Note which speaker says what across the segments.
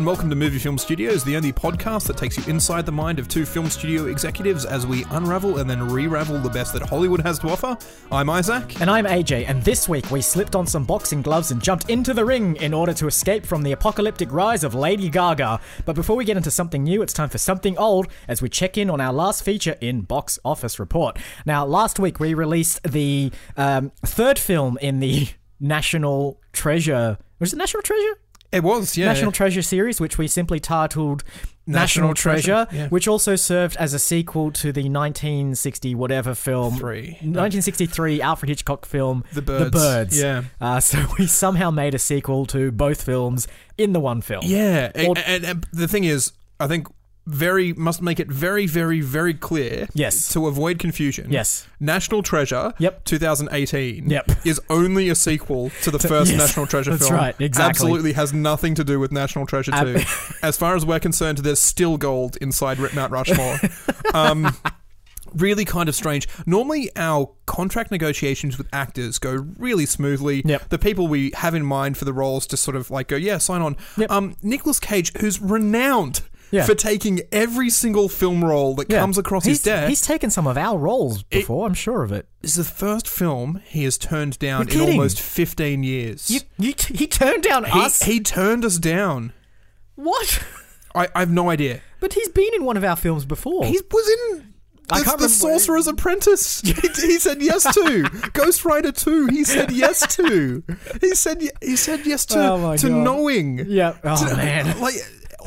Speaker 1: welcome to Movie Film Studios, the only podcast that takes you inside the mind of two film studio executives as we unravel and then re-ravel the best that Hollywood has to offer. I'm Isaac.
Speaker 2: And I'm AJ, and this week we slipped on some boxing gloves and jumped into the ring in order to escape from the apocalyptic rise of Lady Gaga. But before we get into something new, it's time for something old as we check in on our last feature in Box Office Report. Now, last week we released the um, third film in the National Treasure. Was it National Treasure?
Speaker 1: It was, yeah.
Speaker 2: National Treasure series, which we simply titled National,
Speaker 1: Uh, National
Speaker 2: Treasure,
Speaker 1: Treasure, yeah.
Speaker 2: which also served as a sequel to the 1960 whatever film,
Speaker 1: Three.
Speaker 2: 1963 Alfred Hitchcock film,
Speaker 1: The Birds.
Speaker 2: The Birds.
Speaker 1: Yeah.
Speaker 2: Uh, so we somehow made a sequel to both films in the one film.
Speaker 1: Yeah,
Speaker 2: Or-
Speaker 1: and, and, and the thing is, I think very must make it very, very, very clear.
Speaker 2: Yes.
Speaker 1: To avoid confusion.
Speaker 2: Yes.
Speaker 1: National Treasure.
Speaker 2: Yep.
Speaker 1: 2018.
Speaker 2: Yep.
Speaker 1: Is only a sequel to the first
Speaker 2: yes,
Speaker 1: National Treasure
Speaker 2: that's
Speaker 1: film.
Speaker 2: right, exactly.
Speaker 1: Absolutely has nothing to do with National Treasure
Speaker 2: Ab-
Speaker 1: Two. as far as we're concerned, there's still gold inside Mount Rushmore. um, really kind of strange. Normally, our contract negotiations with actors go really smoothly.
Speaker 2: Yep.
Speaker 1: The people we have in mind for the roles just sort of like go, yeah, sign on.
Speaker 2: Yep.
Speaker 1: Um, Nicolas Cage, who's renowned
Speaker 2: Yeah.
Speaker 1: for taking every single film role that
Speaker 2: Yeah.
Speaker 1: comes across
Speaker 2: he's,
Speaker 1: his desk,
Speaker 2: He's taken some of our roles before, I'm sure of it.
Speaker 1: is the first film he has turned down
Speaker 2: You're
Speaker 1: in
Speaker 2: kidding.
Speaker 1: almost 15 years.
Speaker 2: You, you t- he turned down
Speaker 1: he,
Speaker 2: us.
Speaker 1: he turned us down.
Speaker 2: what?
Speaker 1: I, I have no idea.
Speaker 2: But he's been in one of our films before.
Speaker 1: He was in.
Speaker 2: I
Speaker 1: The,
Speaker 2: can't
Speaker 1: the
Speaker 2: remember-
Speaker 1: Sorcerer's Apprentice. He, he said yes to Ghost Rider Two. He said yes to. He said y- he said yes to
Speaker 2: Oh my
Speaker 1: to
Speaker 2: God.
Speaker 1: knowing.
Speaker 2: yeah.
Speaker 1: To-
Speaker 2: Oh man.
Speaker 1: Like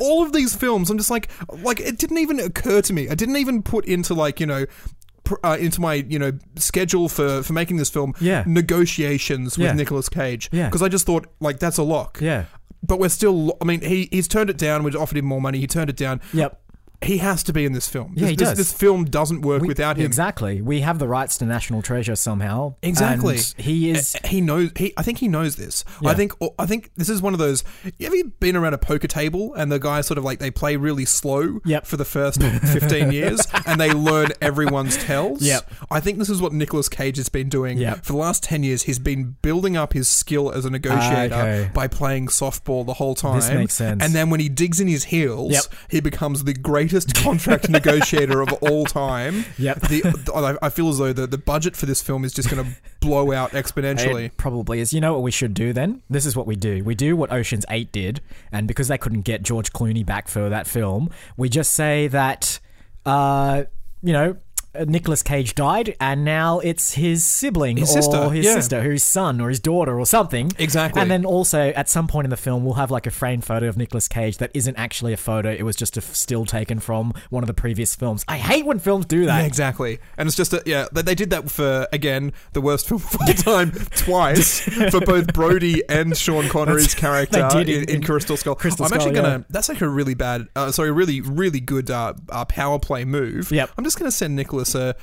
Speaker 1: all of these films, I'm just like like it didn't even occur to me. I didn't even put into like you know. pr- Uh, into my you know schedule for for making this film
Speaker 2: Yeah.
Speaker 1: negotiations with
Speaker 2: Yeah.
Speaker 1: Nicolas Cage
Speaker 2: Yeah.
Speaker 1: because I just thought like that's a lock
Speaker 2: Yeah.
Speaker 1: but we're still lo- I mean he he's turned it down we've offered him more money he turned it down
Speaker 2: Yep.
Speaker 1: he has to be in this film.
Speaker 2: Yeah,
Speaker 1: this,
Speaker 2: he
Speaker 1: this,
Speaker 2: does.
Speaker 1: this film doesn't work
Speaker 2: We-
Speaker 1: without him.
Speaker 2: Exactly. We have the rights to National Treasure somehow.
Speaker 1: Exactly.
Speaker 2: And he is.
Speaker 1: He knows. He, I think he knows this. I
Speaker 2: Eh, Yeah.
Speaker 1: think. I think this is one of those. Have you been around a poker table and the guy sort of like they play really slow
Speaker 2: Yep.
Speaker 1: for the first fifteen years and they learn everyone's tells?
Speaker 2: Yep.
Speaker 1: I think this is what Nicolas Cage has been doing
Speaker 2: Yep.
Speaker 1: for the last ten years. He's been building up his skill as a negotiator
Speaker 2: Ah, okay.
Speaker 1: by playing softball the whole time.
Speaker 2: makes sense.
Speaker 1: And then when he digs in his heels,
Speaker 2: Yep.
Speaker 1: he becomes the greatest contract negotiator of all time.
Speaker 2: Yep.
Speaker 1: The, the- I I feel as though the, the budget for this film is just going to blow out exponentially.
Speaker 2: It probably is. You know what we should do then? This is what we do. We do what Ocean's 8 did, and because they couldn't get George Clooney back for that film, we just say that, uh, you know, Nicholas Cage died, and now it's his sibling
Speaker 1: His
Speaker 2: or
Speaker 1: sister,
Speaker 2: his
Speaker 1: yeah.
Speaker 2: sister, or his son or his daughter or something.
Speaker 1: Exactly.
Speaker 2: And then also at some point in the film, we'll have like a framed photo of Nicolas Cage that isn't actually a photo. It was just a f- still taken from one of the previous films. I hate when films do
Speaker 1: Yeah,
Speaker 2: that.
Speaker 1: exactly. And it's just that, yeah, they, they did that for, again, the worst film of all time twice for both Brody and Sean Connery's character
Speaker 2: they did
Speaker 1: in,
Speaker 2: in-
Speaker 1: in Crystal Skull.
Speaker 2: Crystal
Speaker 1: I'm actually
Speaker 2: Skull,
Speaker 1: going to, that's like a really bad, uh, sorry, a really, really good uh, uh, power play move.
Speaker 2: Yep.
Speaker 1: I'm just going to send Nicholas a,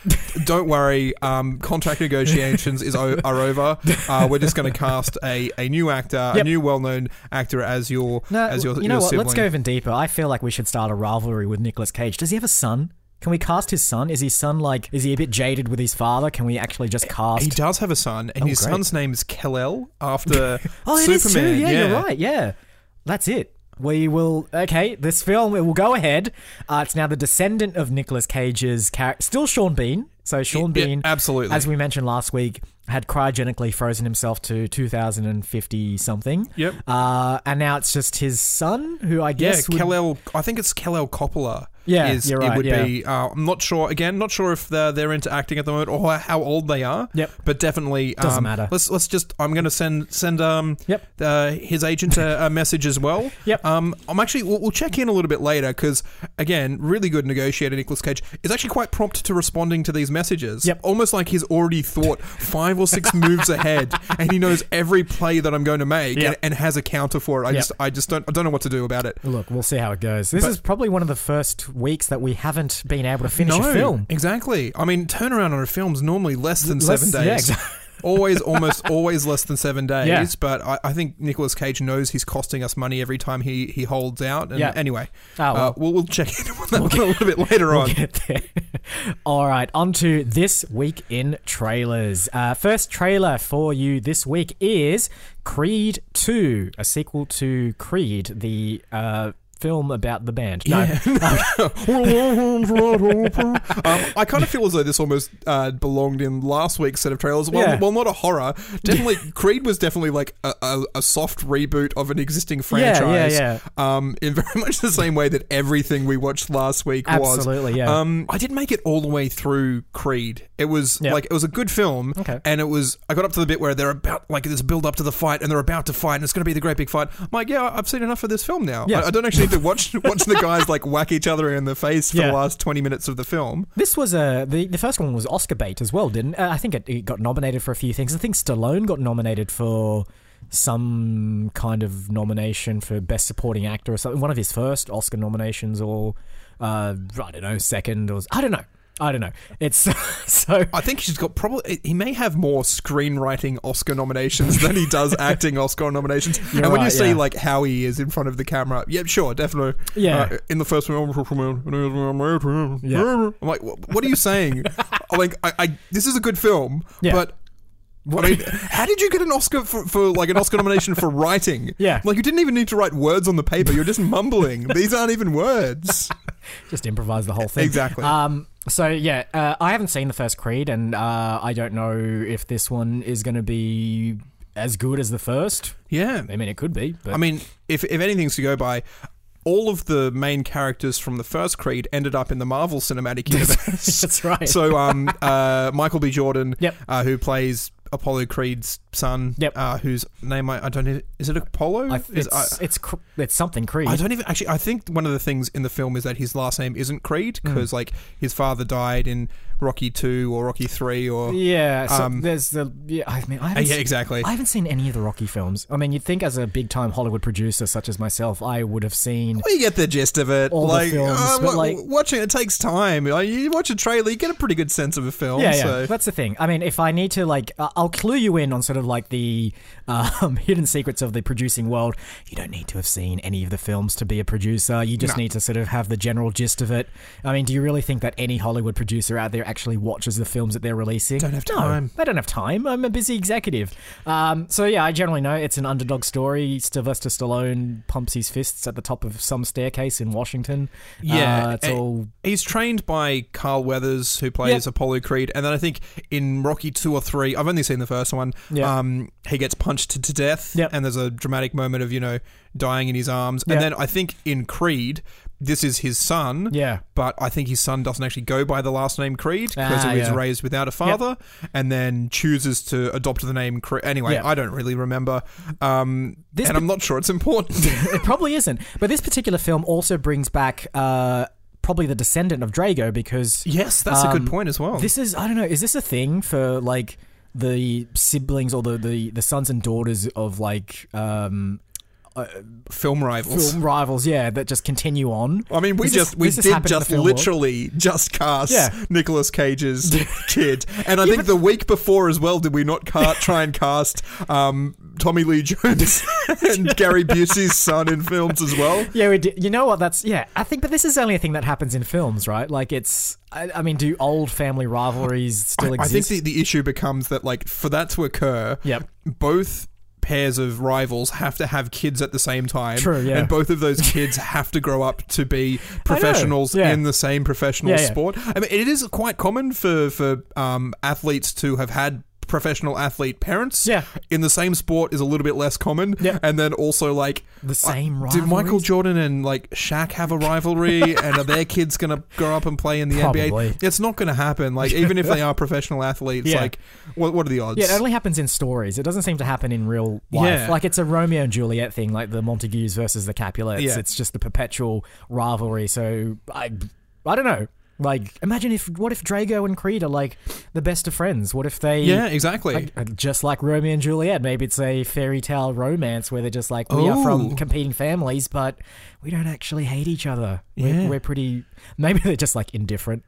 Speaker 1: don't worry, um, contract negotiations is o- are over. Uh, we're just going to cast a, a new actor, a
Speaker 2: Yep.
Speaker 1: new well known actor as your,
Speaker 2: No,
Speaker 1: as your,
Speaker 2: you know
Speaker 1: your
Speaker 2: what?
Speaker 1: sibling.
Speaker 2: Let's go even deeper. I feel like we should start a rivalry with Nicolas Cage. Does he have a son? Can we cast his son? Is his son like? Is he a bit jaded with his father? Can we actually just cast?
Speaker 1: He does have a son, and his
Speaker 2: Oh, great.
Speaker 1: son's name is Kal-El after
Speaker 2: oh, it
Speaker 1: Superman.
Speaker 2: is too. Yeah, you're right. Yeah, that's it. We will. Okay, this film it will go ahead. Uh, it's now the descendant of Nicolas Cage's character, still Sean Bean. So Sean
Speaker 1: Yeah,
Speaker 2: Bean,
Speaker 1: absolutely.
Speaker 2: as we mentioned last week, had cryogenically frozen himself to 2050 something.
Speaker 1: Yep.
Speaker 2: Uh, and now it's just his son, who I
Speaker 1: yeah,
Speaker 2: guess would
Speaker 1: Kal-El. I think it's Kal-El Coppola.
Speaker 2: Yeah,
Speaker 1: is,
Speaker 2: you're
Speaker 1: It
Speaker 2: right,
Speaker 1: would be. Uh, I'm not sure. Again, not sure if they're they're into acting at the moment or how old they are.
Speaker 2: Yep.
Speaker 1: But definitely um,
Speaker 2: Doesn't matter.
Speaker 1: Let's let's just. I'm going to send send um.
Speaker 2: Yep.
Speaker 1: Uh, his agent a, a message as well.
Speaker 2: Yep.
Speaker 1: Um. I'm actually. We'll, we'll check in a little bit later because again, really good negotiator Nicolas Cage is actually quite prompt to responding to these messages.
Speaker 2: Yep.
Speaker 1: Almost like he's already thought five or six moves ahead, and he knows every play that I'm going to make,
Speaker 2: Yep.
Speaker 1: and, and has a counter for it. I
Speaker 2: Yep.
Speaker 1: just I just don't I don't know what to do about it.
Speaker 2: Look, we'll see how it goes. This is probably one of the first weeks that we haven't been able to finish a film.
Speaker 1: Exactly. I mean, turnaround on a film is normally less than
Speaker 2: Less-
Speaker 1: seven
Speaker 2: yeah,
Speaker 1: days. always, almost always less than seven days.
Speaker 2: Yeah.
Speaker 1: But I, I think Nicolas Cage knows he's costing us money every time he, he holds out. And
Speaker 2: Yeah.
Speaker 1: anyway,
Speaker 2: Oh, well.
Speaker 1: uh, we'll, we'll check in on that one a little bit later on.
Speaker 2: We'll get there. All right, on to this week in trailers. Uh, first trailer for you this week is Creed 2, a sequel to Creed, the uh, film about the band. No.
Speaker 1: um, I kind of feel as though this almost uh, belonged in last week's set of trailers. Well,
Speaker 2: Yeah.
Speaker 1: well not a horror. Definitely, Creed was definitely like a, a, a soft reboot of an existing
Speaker 2: yeah,
Speaker 1: franchise.
Speaker 2: yeah.
Speaker 1: Um, in very much the same way that everything we watched last week was.
Speaker 2: Absolutely, yeah.
Speaker 1: Um, I didn't make it all the way through Creed. It was
Speaker 2: Yeah.
Speaker 1: like it was a good film,
Speaker 2: Okay.
Speaker 1: and it was. I got up to the bit where they're about like this build up to the fight, and they're about to fight, and it's going to be the great big fight. I'm like, yeah, I've seen enough of this film now.
Speaker 2: Yeah.
Speaker 1: I, I don't actually need to watch watch the guys like whack each other in the face for
Speaker 2: Yeah.
Speaker 1: the last twenty minutes of the film.
Speaker 2: This was uh, the the first one was Oscar bait as well, didn't? Uh, I think it, it got nominated for a few things. I think Stallone got nominated for some kind of nomination for best supporting actor or something. One of his first Oscar nominations, or uh, I don't know, second or I don't know, I don't know. It's so
Speaker 1: I think he's got probably he may have more screenwriting Oscar nominations than he does acting Oscar nominations.
Speaker 2: You're
Speaker 1: and when you
Speaker 2: right,
Speaker 1: see
Speaker 2: yeah.
Speaker 1: like how he is in front of the camera, yeah, sure, definitely.
Speaker 2: Yeah.
Speaker 1: Uh, in the first one,
Speaker 2: Yeah.
Speaker 1: I'm like, "Wha- what are you saying? I'm like, I, I this is a good film,
Speaker 2: Yeah.
Speaker 1: but. I mean, how did you get an Oscar for, for like an Oscar nomination for writing?
Speaker 2: Yeah.
Speaker 1: like you didn't even need to write words on the paper. You're just mumbling. These aren't even words.
Speaker 2: just improvise the whole thing.
Speaker 1: Exactly.
Speaker 2: Um, so yeah, uh, I haven't seen the first Creed, and uh, I don't know if this one is going to be as good as the first.
Speaker 1: Yeah,
Speaker 2: I mean, it could be, but
Speaker 1: I mean, if if anything's to go by, all of the main characters from the first Creed ended up in the Marvel Cinematic Universe.
Speaker 2: that's right.
Speaker 1: so, um, uh, Michael B. Jordan,
Speaker 2: Yep.
Speaker 1: uh, who plays Apollo Creed's son,
Speaker 2: Yep.
Speaker 1: uh, whose name I, I don't even, is it Apollo?
Speaker 2: I,
Speaker 1: Is- I-
Speaker 2: it's, it's cr- it's something Creed.
Speaker 1: I don't even actually. I think one of the things in the film is that his last name isn't Creed
Speaker 2: Hmm.
Speaker 1: because like his father died in Rocky Two or Rocky Three or
Speaker 2: yeah, so
Speaker 1: Um,
Speaker 2: there's the yeah. I mean, I
Speaker 1: Uh,
Speaker 2: haven't,
Speaker 1: yeah,
Speaker 2: s-
Speaker 1: exactly.
Speaker 2: I haven't seen any of the Rocky films. I mean, you'd think as a big time Hollywood producer such as myself, I would have seen.
Speaker 1: Well, you get the gist of it.
Speaker 2: All the
Speaker 1: like,
Speaker 2: films,
Speaker 1: uh,
Speaker 2: but,
Speaker 1: wa-
Speaker 2: like-
Speaker 1: watching it takes time. Like, you watch a trailer, you get a pretty good sense of a film.
Speaker 2: Yeah, yeah,
Speaker 1: so.
Speaker 2: that's the thing. I mean, if I need to, like, I- I'll clue you in on sort of like the um, hidden secrets of the producing world. You don't need to have seen any of the films to be a producer. You just
Speaker 1: No.
Speaker 2: need to sort of have the general gist of it. I mean, do you really think that any Hollywood producer out there actually watches the films that they're releasing?
Speaker 1: Don't have
Speaker 2: No,
Speaker 1: time.
Speaker 2: I don't have time. I'm a busy executive. Um, so yeah, I generally know it's an underdog story. Sylvester Stallone pumps his fists at the top of some staircase in Washington.
Speaker 1: Yeah, eh,
Speaker 2: Uh, it's
Speaker 1: and-
Speaker 2: all
Speaker 1: He's trained by Carl Weathers, who plays
Speaker 2: Yep.
Speaker 1: Apollo Creed, and then I think in Rocky two or three, I've only seen the first one.
Speaker 2: Yeah.
Speaker 1: Um, he gets punched to, to death,
Speaker 2: Yep.
Speaker 1: and there's a dramatic moment of you know dying in his arms,
Speaker 2: Yeah.
Speaker 1: and then I think in Creed, this is his son.
Speaker 2: yeah.
Speaker 1: But I think his son doesn't actually go by the last name Creed because
Speaker 2: Ah,
Speaker 1: he was
Speaker 2: yeah.
Speaker 1: raised without a father, and then chooses to adopt the name Creed. Anyway,
Speaker 2: Yeah.
Speaker 1: I don't really remember, um,
Speaker 2: This
Speaker 1: and I'm not sure it's important.
Speaker 2: it probably isn't. But this particular film also brings back uh, probably the descendant of Drago because
Speaker 1: yes, that's a
Speaker 2: Um,
Speaker 1: good point as well.
Speaker 2: this is I don't know is this a thing for like the siblings or the the, the sons and daughters of like um,
Speaker 1: Film rivals.
Speaker 2: film rivals? Yeah, that just continue on.
Speaker 1: I mean, we
Speaker 2: This is-
Speaker 1: just we
Speaker 2: this has
Speaker 1: did
Speaker 2: happened in the
Speaker 1: just
Speaker 2: film world.
Speaker 1: literally just cast
Speaker 2: Yeah.
Speaker 1: Nicolas Cage's kid, and I think the week before as well, did we not ca- try and cast um, Tommy Lee Jones and Gary Busey's son in films as well?
Speaker 2: Yeah, we did. You know what? That's yeah. I think, but this is only a thing that happens in films, right? Like it's. I, I mean, do old family rivalries still
Speaker 1: I think
Speaker 2: exist?
Speaker 1: the, the issue becomes that like for that to occur,
Speaker 2: Yep.
Speaker 1: both pairs of rivals have to have kids at the same time.
Speaker 2: True, yeah.
Speaker 1: And both of those kids have to grow up to be professionals
Speaker 2: yeah.
Speaker 1: in the same professional
Speaker 2: Yeah, yeah.
Speaker 1: sport. I mean, it is quite common for for um, athletes to have had professional athlete parents
Speaker 2: Yeah.
Speaker 1: in the same sport is a little bit less common
Speaker 2: Yeah.
Speaker 1: and then also like
Speaker 2: the same rivalry.
Speaker 1: did Michael Jordan and like Shaq have a rivalry? and are their kids going to grow up and play in the
Speaker 2: Probably.
Speaker 1: NBA? It's not going to happen. Like even if they are professional athletes,
Speaker 2: Yeah.
Speaker 1: like what, what are the odds?
Speaker 2: Yeah, it only happens in stories. It doesn't seem to happen in real life.
Speaker 1: Yeah.
Speaker 2: Like it's a Romeo and Juliet thing, like the Montagues versus the Capulets.
Speaker 1: Yeah.
Speaker 2: It's just the perpetual rivalry. So I, I don't know. Like, imagine if what if Drago and Creed are like the best of friends? What if they?
Speaker 1: Yeah, exactly.
Speaker 2: like, uh, just like Romeo and Juliet, maybe it's a fairy tale romance where they're just like we are from
Speaker 1: Ooh.
Speaker 2: competing families, but we don't actually hate each other. We're,
Speaker 1: Yeah.
Speaker 2: we're pretty. Maybe they're just like indifferent.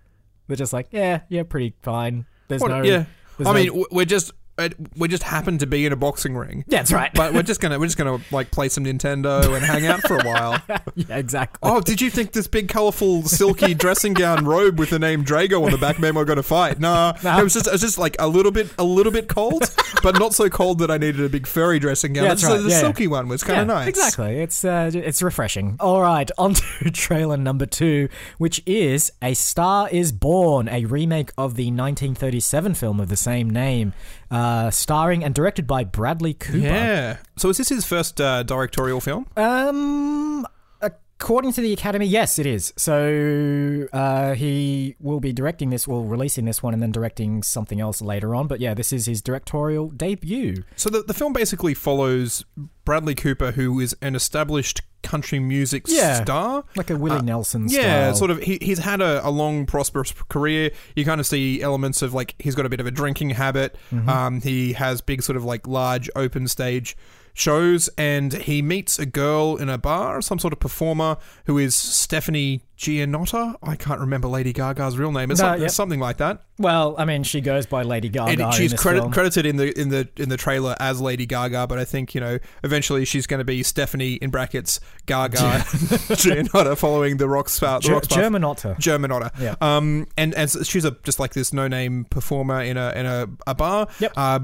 Speaker 2: They're just like, yeah, you're pretty fine. There's
Speaker 1: What-
Speaker 2: no,
Speaker 1: yeah.
Speaker 2: there's
Speaker 1: I
Speaker 2: no
Speaker 1: mean, w- we're just it, we just happen to be in a boxing ring.
Speaker 2: Yeah, that's right.
Speaker 1: But we're just gonna we're just gonna like play some Nintendo and hang out for a while.
Speaker 2: yeah, exactly.
Speaker 1: Oh, did you think this big, colourful, silky dressing gown robe with the name Drago on the back meant we we're going to fight? Nah,
Speaker 2: No.
Speaker 1: it was just it was just like a little bit a little bit cold, but not so cold that I needed a big furry dressing gown.
Speaker 2: Yeah, that's
Speaker 1: So
Speaker 2: right.
Speaker 1: the
Speaker 2: Yeah, yeah.
Speaker 1: silky one was kind
Speaker 2: Yeah,
Speaker 1: of nice.
Speaker 2: Exactly. It's uh, it's refreshing. All right, on to trailer number two, which is A Star Is Born, a remake of the 1937 film of the same name, uh, starring and directed by Bradley Cooper.
Speaker 1: Yeah. So is this his first uh, directorial film?
Speaker 2: Um, according to the Academy, yes, it is. So uh, he will be directing this, well, releasing this one, and then directing something else later on. But yeah, this is his directorial debut.
Speaker 1: So the, the film basically follows Bradley Cooper, who is an established country music
Speaker 2: Yeah.
Speaker 1: star.
Speaker 2: Like a Willie Nelson style.
Speaker 1: Uh, Yeah, sort of. He, he's had a, a long, prosperous career. You kind of see elements of like he's got a bit of a drinking habit.
Speaker 2: Mm-hmm.
Speaker 1: Um, he has big, sort of like large open stage shows, and he meets a girl in a bar, some sort of performer who is Stephanie Gianotta. I can't remember Lady Gaga's real name. It's
Speaker 2: No,
Speaker 1: some-
Speaker 2: yep.
Speaker 1: something like that.
Speaker 2: Well, I mean, she goes by Lady
Speaker 1: And
Speaker 2: Gaga. in
Speaker 1: she's
Speaker 2: this
Speaker 1: credit,
Speaker 2: film.
Speaker 1: credited in the in the in the trailer as Lady Gaga, but I think you know eventually she's going to be Stephanie in brackets Gaga Gianotta, following the rock star. The
Speaker 2: Ger-
Speaker 1: rock star
Speaker 2: Germanotta.
Speaker 1: German otter.
Speaker 2: Yeah.
Speaker 1: Um, and as she's a just like this no-name performer in a in a, a bar.
Speaker 2: Yep.
Speaker 1: Uh,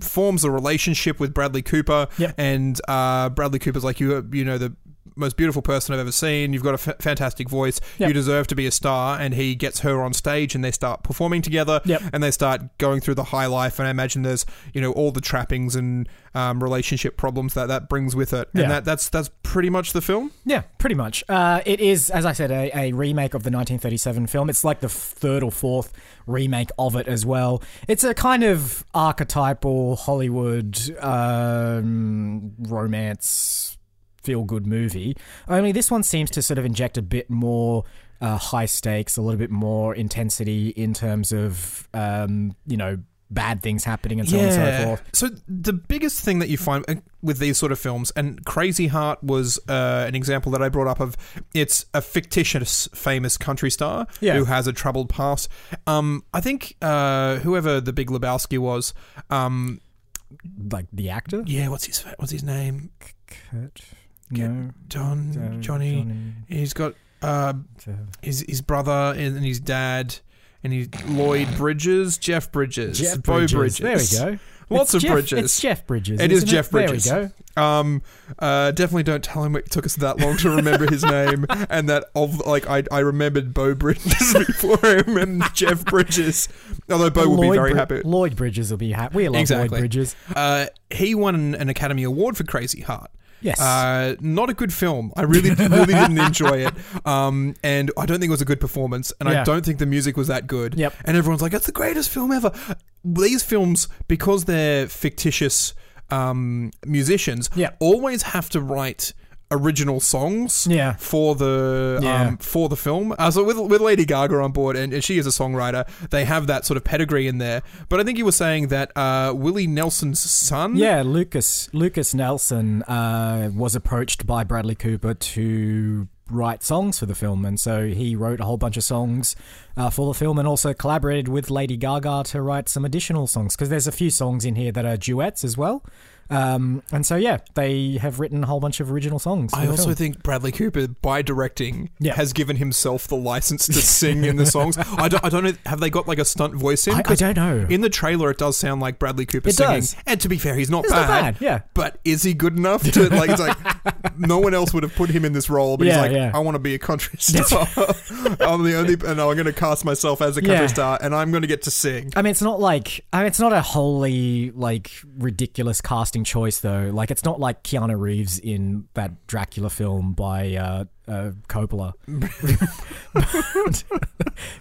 Speaker 1: forms a relationship with Bradley Cooper.
Speaker 2: Yep.
Speaker 1: And uh, Bradley Cooper's like you you know the most beautiful person I've ever seen. You've got a f- fantastic voice.
Speaker 2: Yep.
Speaker 1: You deserve to be a star. And he gets her on stage, and they start performing together.
Speaker 2: Yep.
Speaker 1: And they start going through the high life. And I imagine there's you know all the trappings and um, relationship problems that that brings with it.
Speaker 2: Yeah.
Speaker 1: And that that's that's pretty much the film.
Speaker 2: Yeah, pretty much. Uh, it is, as I said, a, a remake of the 1937 film. It's like the third or fourth remake of it as well. It's a kind of archetypal Hollywood um, romance feel good movie. Only this one seems to sort of inject a bit more uh, high stakes, a little bit more intensity in terms of, um, you know, bad things happening and so on and so forth.
Speaker 1: So the biggest thing that you find uh, with these sort of films, and Crazy Heart was uh, an example that I brought up of, it's a fictitious famous country star
Speaker 2: Yeah.
Speaker 1: who has a troubled past. Um, I think uh, whoever the Big Lebowski was, um,
Speaker 2: Like the actor?
Speaker 1: yeah, what's his what's his name?
Speaker 2: Kurt? No.
Speaker 1: Don
Speaker 2: Johnny.
Speaker 1: Johnny. He's got uh, his his brother and and his dad. And he's Lloyd Bridges, Jeff Bridges,
Speaker 2: Jeff
Speaker 1: Bo
Speaker 2: Bridges.
Speaker 1: Bridges.
Speaker 2: There we go.
Speaker 1: Lots
Speaker 2: It's
Speaker 1: of
Speaker 2: Jeff-
Speaker 1: Bridges.
Speaker 2: It's Jeff Bridges.
Speaker 1: It is
Speaker 2: isn't
Speaker 1: Jeff Bridges.
Speaker 2: There we go.
Speaker 1: Um, uh, definitely don't tell him it took us that long to remember his name, and that of like I, I remembered Bo Bridges before him and Jeff Bridges. Although Bo will be
Speaker 2: Lloyd
Speaker 1: very
Speaker 2: Bri-
Speaker 1: happy.
Speaker 2: Lloyd Bridges will be happy. We love Lloyd
Speaker 1: Exactly.
Speaker 2: Bridges.
Speaker 1: Uh, he won an, an Academy Award for Crazy Heart.
Speaker 2: Yes.
Speaker 1: Uh, not a good film. I really, really didn't enjoy it. Um, and I don't think it was a good performance. And
Speaker 2: Yeah.
Speaker 1: I don't think the music was that good.
Speaker 2: Yep.
Speaker 1: And everyone's like, "It's the greatest film ever." These films, because they're fictitious um, musicians,
Speaker 2: Yep.
Speaker 1: always have to write original songs
Speaker 2: Yeah.
Speaker 1: for the
Speaker 2: Yeah.
Speaker 1: um, for the film. Uh, so with with Lady Gaga on board, and, and she is a songwriter, they have that sort of pedigree in there. But I think you were saying that uh, Willie Nelson's son,
Speaker 2: yeah, Lucas Lucas Nelson uh, was approached by Bradley Cooper to write songs for the film, and so he wrote a whole bunch of songs uh, for the film, and also collaborated with Lady Gaga to write some additional songs because there's a few songs in here that are duets as well. Um, and so yeah, they have written a whole bunch of original songs. for
Speaker 1: I
Speaker 2: the
Speaker 1: also
Speaker 2: film.
Speaker 1: think Bradley Cooper, by directing,
Speaker 2: Yeah.
Speaker 1: has given himself the license to sing in the songs. I don't, I don't know. Have they got like a stunt voice in?
Speaker 2: I- I
Speaker 1: 'Cause
Speaker 2: don't know.
Speaker 1: In the trailer, it does sound like Bradley Cooper
Speaker 2: It
Speaker 1: singing.
Speaker 2: does.
Speaker 1: And to be fair, he's not,
Speaker 2: It's
Speaker 1: bad,
Speaker 2: not bad, yeah.
Speaker 1: But is he good enough to like? It's like no one else would have put him in this role. But
Speaker 2: Yeah,
Speaker 1: he's like,
Speaker 2: yeah.
Speaker 1: I want to be a country star. I'm the only, and I'm going to cast myself as a country
Speaker 2: Yeah.
Speaker 1: star, and I'm going to get to sing.
Speaker 2: I mean, it's not like I mean, it's not a wholly like ridiculous casting choice though. Like, it's not like Keanu Reeves in that Dracula film by uh, uh, Coppola,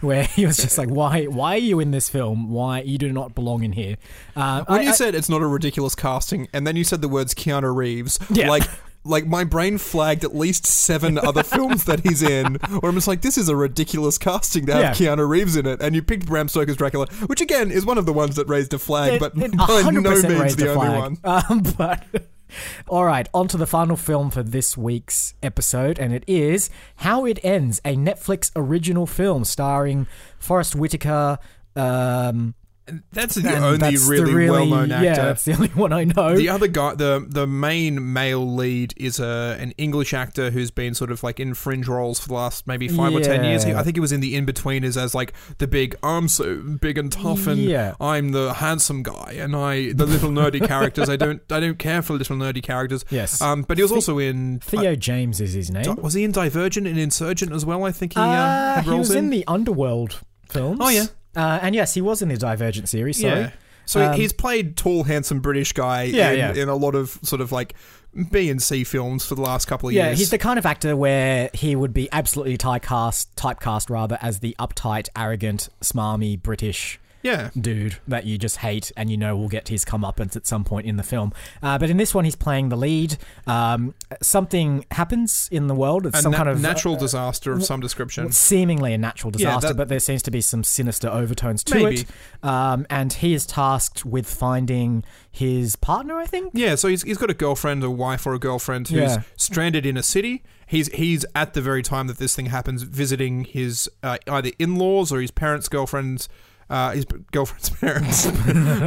Speaker 2: where he was just like, "Why? Why are you in this film? Why you do not belong in here?" Uh,
Speaker 1: When
Speaker 2: I-
Speaker 1: you
Speaker 2: I-
Speaker 1: said it's not a ridiculous casting, and then you said the words Keanu Reeves,
Speaker 2: Yeah.
Speaker 1: like like my brain flagged at least seven other films that he's in, where I'm just like, this is a ridiculous casting to have
Speaker 2: Yeah.
Speaker 1: Keanu Reeves in it. And you picked Bram Stoker's Dracula, which again is one of the ones that raised a flag,
Speaker 2: it-
Speaker 1: but
Speaker 2: it
Speaker 1: by no
Speaker 2: 100%
Speaker 1: means
Speaker 2: raised
Speaker 1: the
Speaker 2: a
Speaker 1: only
Speaker 2: flag.
Speaker 1: one.
Speaker 2: Um, but all right, on to the final film for this week's episode, and it is How It Ends, a Netflix original film starring Forrest Whitaker. Um,
Speaker 1: That's the
Speaker 2: And
Speaker 1: only
Speaker 2: that's the
Speaker 1: really, well-known
Speaker 2: yeah,
Speaker 1: actor.
Speaker 2: that's the only one I know.
Speaker 1: The uh, other guy, the the main male lead, is a an English actor who's been sort of like in fringe roles for the last maybe five or ten years. He-
Speaker 2: Yeah.
Speaker 1: I think he was in the In Betweeners as like the big I'm so big and tough and
Speaker 2: Yeah.
Speaker 1: I'm the handsome guy and I the little nerdy characters. I don't I don't care for little nerdy characters.
Speaker 2: yes, eh?
Speaker 1: Um, but he was
Speaker 2: Thi-
Speaker 1: also in
Speaker 2: Theo James is his name.
Speaker 1: Di- was he in Divergent and Insurgent as well? I think he uh,
Speaker 2: Uh,
Speaker 1: had
Speaker 2: he
Speaker 1: roles
Speaker 2: was in the Underworld films.
Speaker 1: Oh, yeah.
Speaker 2: uh, and yes, he was in the Divergent series. Sorry.
Speaker 1: Yeah. So
Speaker 2: Um,
Speaker 1: he's played tall, handsome British guy
Speaker 2: Yeah,
Speaker 1: in,
Speaker 2: yeah.
Speaker 1: in a lot of sort of like B and C films for the last couple of
Speaker 2: Yeah,
Speaker 1: years.
Speaker 2: he's the kind of actor where he would be absolutely typecast, typecast rather, as the uptight, arrogant, smarmy British
Speaker 1: yeah.
Speaker 2: dude that you just hate and you know will get his comeuppance at some point in the film. Uh, but in this one, he's playing the lead. Um, something happens in the world. It's
Speaker 1: A
Speaker 2: some
Speaker 1: na-
Speaker 2: kind of uh,
Speaker 1: natural disaster of some description.
Speaker 2: seemingly a natural
Speaker 1: Yeah,
Speaker 2: disaster,
Speaker 1: that-
Speaker 2: but there seems to be some sinister overtones to
Speaker 1: Maybe.
Speaker 2: it. Um, and he is tasked with finding his partner, I think.
Speaker 1: Yeah, so he's, he's got a girlfriend, a wife, or a girlfriend who's
Speaker 2: Yeah.
Speaker 1: stranded in a city. He's he's at the very time that this thing happens, visiting his uh, either in laws or his parents' girlfriends. Uh, his p- girlfriend's parents,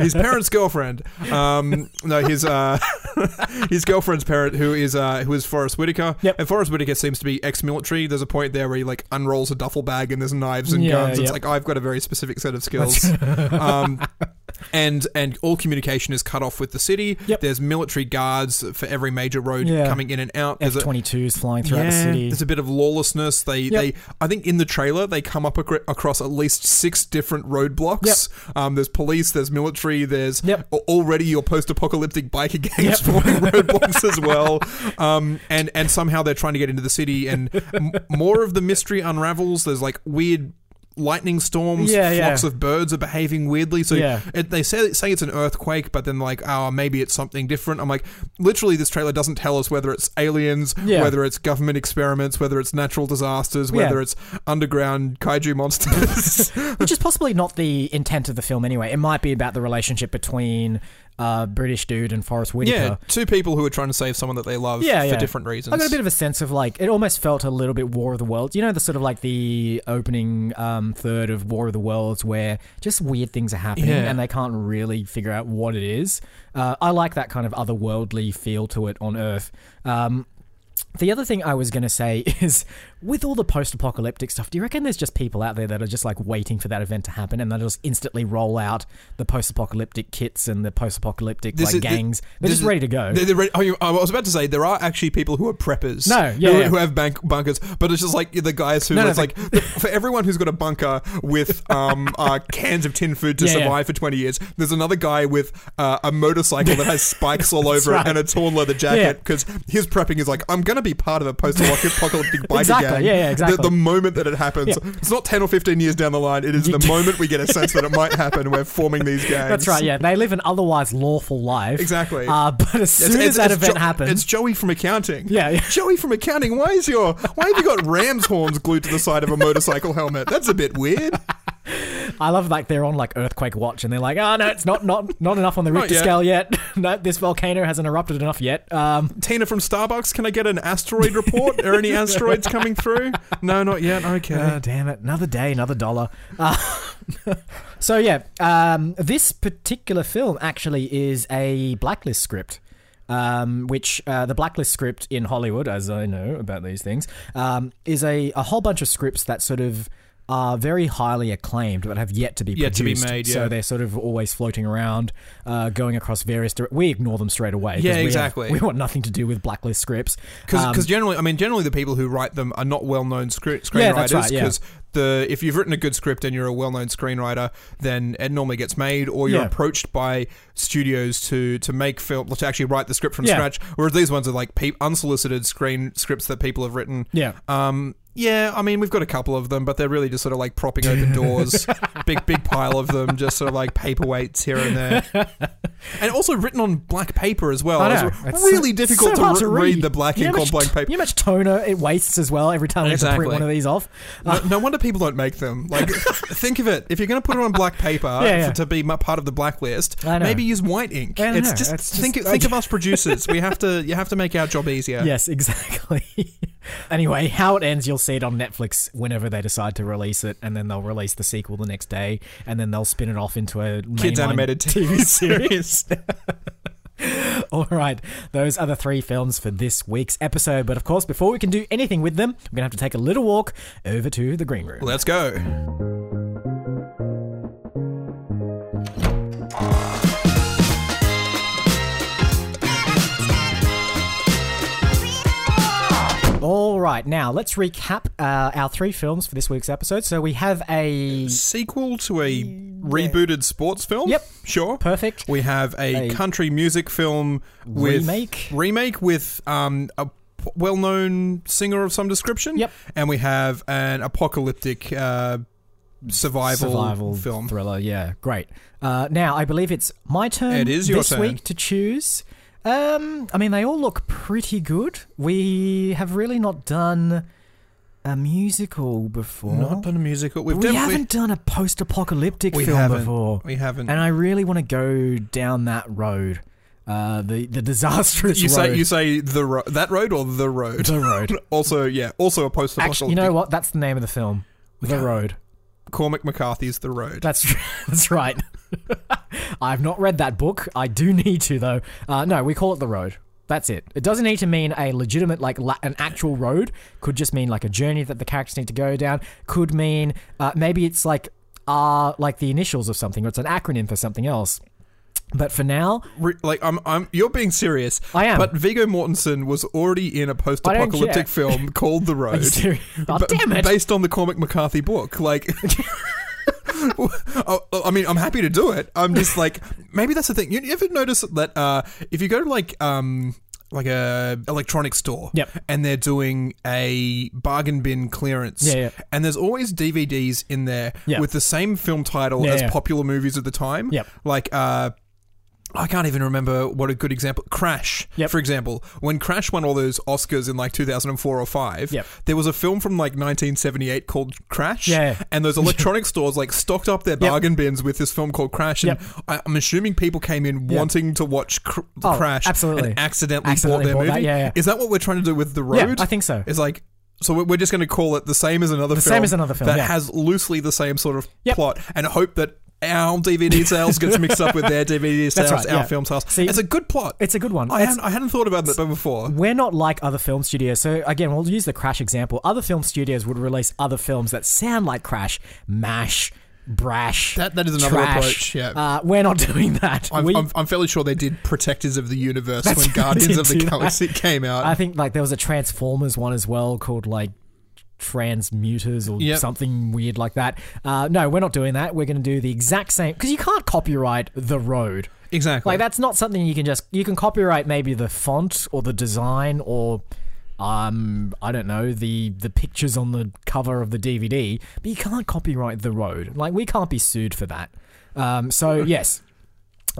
Speaker 1: his parents' girlfriend. Um, no, his uh, his girlfriend's parent, who is uh, who is Forrest Whitaker.
Speaker 2: Yep.
Speaker 1: And Forrest Whitaker seems to be ex-military. There's a point there where he like unrolls a duffel bag and there's knives and
Speaker 2: Yeah,
Speaker 1: guns. It's
Speaker 2: yep.
Speaker 1: like I've got a very specific set of skills. um, and and all communication is cut off with the city.
Speaker 2: Yep.
Speaker 1: There's military guards for every major road
Speaker 2: Yeah.
Speaker 1: coming in and out.
Speaker 2: F
Speaker 1: There's a,
Speaker 2: twenty twos flying throughout the
Speaker 1: Yeah,
Speaker 2: city.
Speaker 1: there's a bit of lawlessness. They
Speaker 2: Yep.
Speaker 1: they I think in the trailer they come up acro- across at least six different roadblocks. Um, there's police, there's military, there's
Speaker 2: Yep.
Speaker 1: al- already your post-apocalyptic biker
Speaker 2: Yep.
Speaker 1: gangs forming roadblocks as well. Um, and and somehow they're trying to get into the city, and m- more of the mystery unravels. There's like weird. Lightning storms,
Speaker 2: Yeah, yeah.
Speaker 1: flocks of birds are behaving weirdly. So
Speaker 2: Yeah.
Speaker 1: it, they say say it's an earthquake, but then like, oh, maybe it's something different. I'm like, literally, this trailer doesn't tell us whether it's aliens,
Speaker 2: Yeah.
Speaker 1: whether it's government experiments, whether it's natural disasters,
Speaker 2: Yeah.
Speaker 1: whether it's underground kaiju monsters.
Speaker 2: Which is possibly not the intent of the film anyway. It might be about the relationship between uh, British dude and Forrest
Speaker 1: yeah,
Speaker 2: Whitaker.
Speaker 1: two people who are trying to save someone that they love
Speaker 2: Yeah,
Speaker 1: for
Speaker 2: yeah.
Speaker 1: different reasons.
Speaker 2: I got a bit of a sense of like it almost felt a little bit War of the Worlds. You know the sort of like the opening um, third of War of the Worlds where just weird things are happening
Speaker 1: Yeah.
Speaker 2: and they can't really figure out what it is. Uh, I like that kind of otherworldly feel to it on Earth. Um, the other thing I was going to say is with all the post apocalyptic stuff, do you reckon there's just people out there that are just like waiting for that event to happen and they'll just instantly roll out the post apocalyptic kits and the post apocalyptic
Speaker 1: This
Speaker 2: like
Speaker 1: is- thi-
Speaker 2: gangs? They're
Speaker 1: this
Speaker 2: just
Speaker 1: is-
Speaker 2: ready to go.
Speaker 1: They- they're ready- oh, you- I was about to say there are actually people who are preppers.
Speaker 2: No, yeah,
Speaker 1: who,
Speaker 2: yeah.
Speaker 1: who have bank bunkers, but it's just like the guys who
Speaker 2: No, no,
Speaker 1: it's
Speaker 2: the-
Speaker 1: like the- for everyone who's got a bunker with um, uh, cans of tin food to
Speaker 2: Yeah, yeah.
Speaker 1: survive for twenty years. There's another guy with uh, a motorcycle that has spikes all over
Speaker 2: right.
Speaker 1: it and a torn leather
Speaker 2: Yeah.
Speaker 1: jacket because his prepping is like I'm going to be part of a post-apocalyptic biker
Speaker 2: Exactly,
Speaker 1: gang.
Speaker 2: yeah, yeah,
Speaker 1: The- The,
Speaker 2: exactly.
Speaker 1: moment that it happens,
Speaker 2: Yeah.
Speaker 1: it's not ten or fifteen years down the line. It is the moment we get a sense that it might happen. We're forming these gangs.
Speaker 2: That's right. Yeah, they live an otherwise lawful life.
Speaker 1: Exactly.
Speaker 2: Uh, but as soon as that event
Speaker 1: Jo-
Speaker 2: happens,
Speaker 1: it's Joey from accounting.
Speaker 2: Yeah, yeah.
Speaker 1: Joey from accounting. Why is your why have you got ram's horns glued to the side of a motorcycle helmet? That's a bit weird.
Speaker 2: I love like they're on like earthquake watch and they're like, oh no, it's not not not enough on the Richter
Speaker 1: yet.
Speaker 2: scale yet. no, this volcano hasn't erupted enough yet. Um,
Speaker 1: Tina from Starbucks, can I get an asteroid report? Are any asteroids coming through? No, not yet. Okay.
Speaker 2: oh, damn it! Another day, another dollar. Uh, so yeah, um, this particular film actually is a blacklist script. Um, which uh, the blacklist script in Hollywood, as I know about these things, um, is a, a whole bunch of scripts that sort of are very highly acclaimed but have yet to be
Speaker 1: Yet to be
Speaker 2: produced.
Speaker 1: made,
Speaker 2: So
Speaker 1: yeah.
Speaker 2: they're sort of always floating around, uh, going across various. Dire- we ignore them straight away. 'cause
Speaker 1: Yeah,
Speaker 2: we have-
Speaker 1: exactly.
Speaker 2: we want nothing to do with blacklist scripts. Um,
Speaker 1: Because generally, I mean, generally the people who write them are not well-known scr-
Speaker 2: Yeah,
Speaker 1: screenwriters.
Speaker 2: that's right, yeah.
Speaker 1: the if you've written a good script and you're a well-known screenwriter, then it normally gets made, or you're
Speaker 2: Yeah.
Speaker 1: approached by studios to to make film to actually write the script from
Speaker 2: Yeah.
Speaker 1: scratch. Whereas these ones are like pe- unsolicited screen scripts that people have written.
Speaker 2: yeah.
Speaker 1: Um, yeah, I mean, we've got a couple of them, but they're really just sort of like propping open doors, big big pile of them, just sort of like paperweights here and there, and also written on black paper as well.
Speaker 2: I know.
Speaker 1: It's
Speaker 2: It's
Speaker 1: really
Speaker 2: so-
Speaker 1: difficult
Speaker 2: so
Speaker 1: to,
Speaker 2: hard
Speaker 1: re- read. the black
Speaker 2: You know
Speaker 1: ink
Speaker 2: how
Speaker 1: on
Speaker 2: much
Speaker 1: blank
Speaker 2: t-
Speaker 1: paper.
Speaker 2: You know how much toner it wastes as well every time we have to print
Speaker 1: Exactly.
Speaker 2: one of these off.
Speaker 1: No, no wonder people don't make them. Like, think of it. If you're going to put it on black paper
Speaker 2: Yeah, yeah.
Speaker 1: For, to be m- part of the blacklist,
Speaker 2: I know.
Speaker 1: maybe use white ink.
Speaker 2: I
Speaker 1: It's
Speaker 2: know.
Speaker 1: just
Speaker 2: It's
Speaker 1: think
Speaker 2: just-
Speaker 1: think of us producers. We have to you have to make our job easier.
Speaker 2: Yes, exactly. Anyway, how it ends, you'll see it on Netflix whenever they decide to release it, and then they'll release the sequel the next day, and then they'll spin it off into a
Speaker 1: Kids
Speaker 2: mainline
Speaker 1: animated TV series.
Speaker 2: All right, those are the three films for this week's episode. But of course, before we can do anything with them, we're going to have to take a little walk over to the green room.
Speaker 1: Let's go.
Speaker 2: All right, now let's recap uh, our three films for this week's episode. So we have a
Speaker 1: Sequel to a rebooted sports film.
Speaker 2: Yep.
Speaker 1: Sure.
Speaker 2: perfect.
Speaker 1: We have a,
Speaker 2: A-
Speaker 1: country music film with
Speaker 2: Remake?
Speaker 1: remake with um, a p- well-known singer of some description.
Speaker 2: Yep.
Speaker 1: and we have an apocalyptic uh, survival,
Speaker 2: survival
Speaker 1: film.
Speaker 2: thriller. Yeah, great. Uh, now I believe it's my turn.
Speaker 1: It is your
Speaker 2: this
Speaker 1: turn.
Speaker 2: week to choose. Um, I mean, they all look pretty good. We have really not done a musical before.
Speaker 1: Not done a musical. We've
Speaker 2: we
Speaker 1: done,
Speaker 2: haven't done a post-apocalyptic
Speaker 1: We
Speaker 2: film
Speaker 1: haven't.
Speaker 2: before,
Speaker 1: We, we haven't.
Speaker 2: and I really want to go down that road. Uh, the the disastrous
Speaker 1: you
Speaker 2: road.
Speaker 1: say you say the ro- that road or the road.
Speaker 2: the road.
Speaker 1: also, yeah. Also a post-apocalyptic.
Speaker 2: Actually, you know what? That's the name of the film. The
Speaker 1: can't-
Speaker 2: road.
Speaker 1: Cormac McCarthy's The Road.
Speaker 2: That's that's right. I've not read that book. I do need to though. Uh, no, we call it the road. That's it. It doesn't need to mean a legitimate, like la- an actual road. Could just mean like a journey that the characters need to go down. Could mean uh, maybe it's like R, like the initials of something, or it's an acronym for something else. But for now,
Speaker 1: Re- like I'm, I'm. You're being serious.
Speaker 2: I am.
Speaker 1: But Viggo Mortensen was already in a
Speaker 2: care.
Speaker 1: post-apocalyptic film called The
Speaker 2: Are you
Speaker 1: Road.
Speaker 2: serious? Oh,
Speaker 1: But
Speaker 2: damn it!
Speaker 1: Based on the Cormac McCarthy book, like. Oh, I mean, I'm happy to do it. I'm just like, maybe that's the thing. You ever notice that uh, if you go to like um, like a electronics store,
Speaker 2: Yep.
Speaker 1: and they're doing a bargain bin clearance,
Speaker 2: Yeah, yeah.
Speaker 1: and there's always DVDs in there
Speaker 2: Yeah.
Speaker 1: with the same film title
Speaker 2: Yeah,
Speaker 1: as
Speaker 2: yeah.
Speaker 1: popular movies of the time,
Speaker 2: Yep.
Speaker 1: like. Uh, I can't even remember what a good example. Crash,
Speaker 2: Yep.
Speaker 1: for example, when Crash won all those Oscars in like 2004 or five,
Speaker 2: Yep.
Speaker 1: there was a film from like 1978 called Crash,
Speaker 2: Yeah.
Speaker 1: and those electronic stores like stocked up their bargain bins with this film called Crash, and
Speaker 2: Yep.
Speaker 1: I, I'm assuming people came in
Speaker 2: Yeah.
Speaker 1: wanting to watch cr-
Speaker 2: Oh,
Speaker 1: Crash,
Speaker 2: absolutely.
Speaker 1: and accidentally,
Speaker 2: Accidentally
Speaker 1: bought
Speaker 2: bought
Speaker 1: their
Speaker 2: that,
Speaker 1: movie.
Speaker 2: yeah, yeah.
Speaker 1: Is that what we're trying to do with the road?
Speaker 2: Yeah, I think so.
Speaker 1: It's like. So we're- we're just going to call it the same as another
Speaker 2: The
Speaker 1: film.
Speaker 2: same as another film,
Speaker 1: that
Speaker 2: yeah.
Speaker 1: has loosely the same sort of
Speaker 2: Yep.
Speaker 1: plot, and hope that our DVD sales gets mixed up with their DVD sales,
Speaker 2: right,
Speaker 1: our
Speaker 2: yeah.
Speaker 1: film sales.
Speaker 2: See,
Speaker 1: it's a good plot.
Speaker 2: It's a good one.
Speaker 1: I
Speaker 2: It's-
Speaker 1: hadn't, I hadn't thought about that before.
Speaker 2: We're not like other film studios. So again, we'll use the Crash example. Other film studios would release other films that sound like Crash, Mash, Brash.
Speaker 1: That- that is another
Speaker 2: trash.
Speaker 1: approach, yeah.
Speaker 2: uh, we're not doing that.
Speaker 1: I'm,
Speaker 2: we,
Speaker 1: I'm, I'm fairly sure they did Protectors of the Universe
Speaker 2: That's-
Speaker 1: when Guardians
Speaker 2: they
Speaker 1: of the
Speaker 2: do that.
Speaker 1: Galaxy came out.
Speaker 2: I think like there was a Transformers one as well called like Transmuters or
Speaker 1: Yep.
Speaker 2: something weird like that. Uh, no, we're not doing that. We're going to do the exact same because you can't copyright the road.
Speaker 1: exactly.
Speaker 2: Like that's not something you can just you can copyright maybe the font or the design or um I don't know the the pictures on the cover of the DVD, but you can't copyright the road. Like we can't be sued for that. Um, so yes.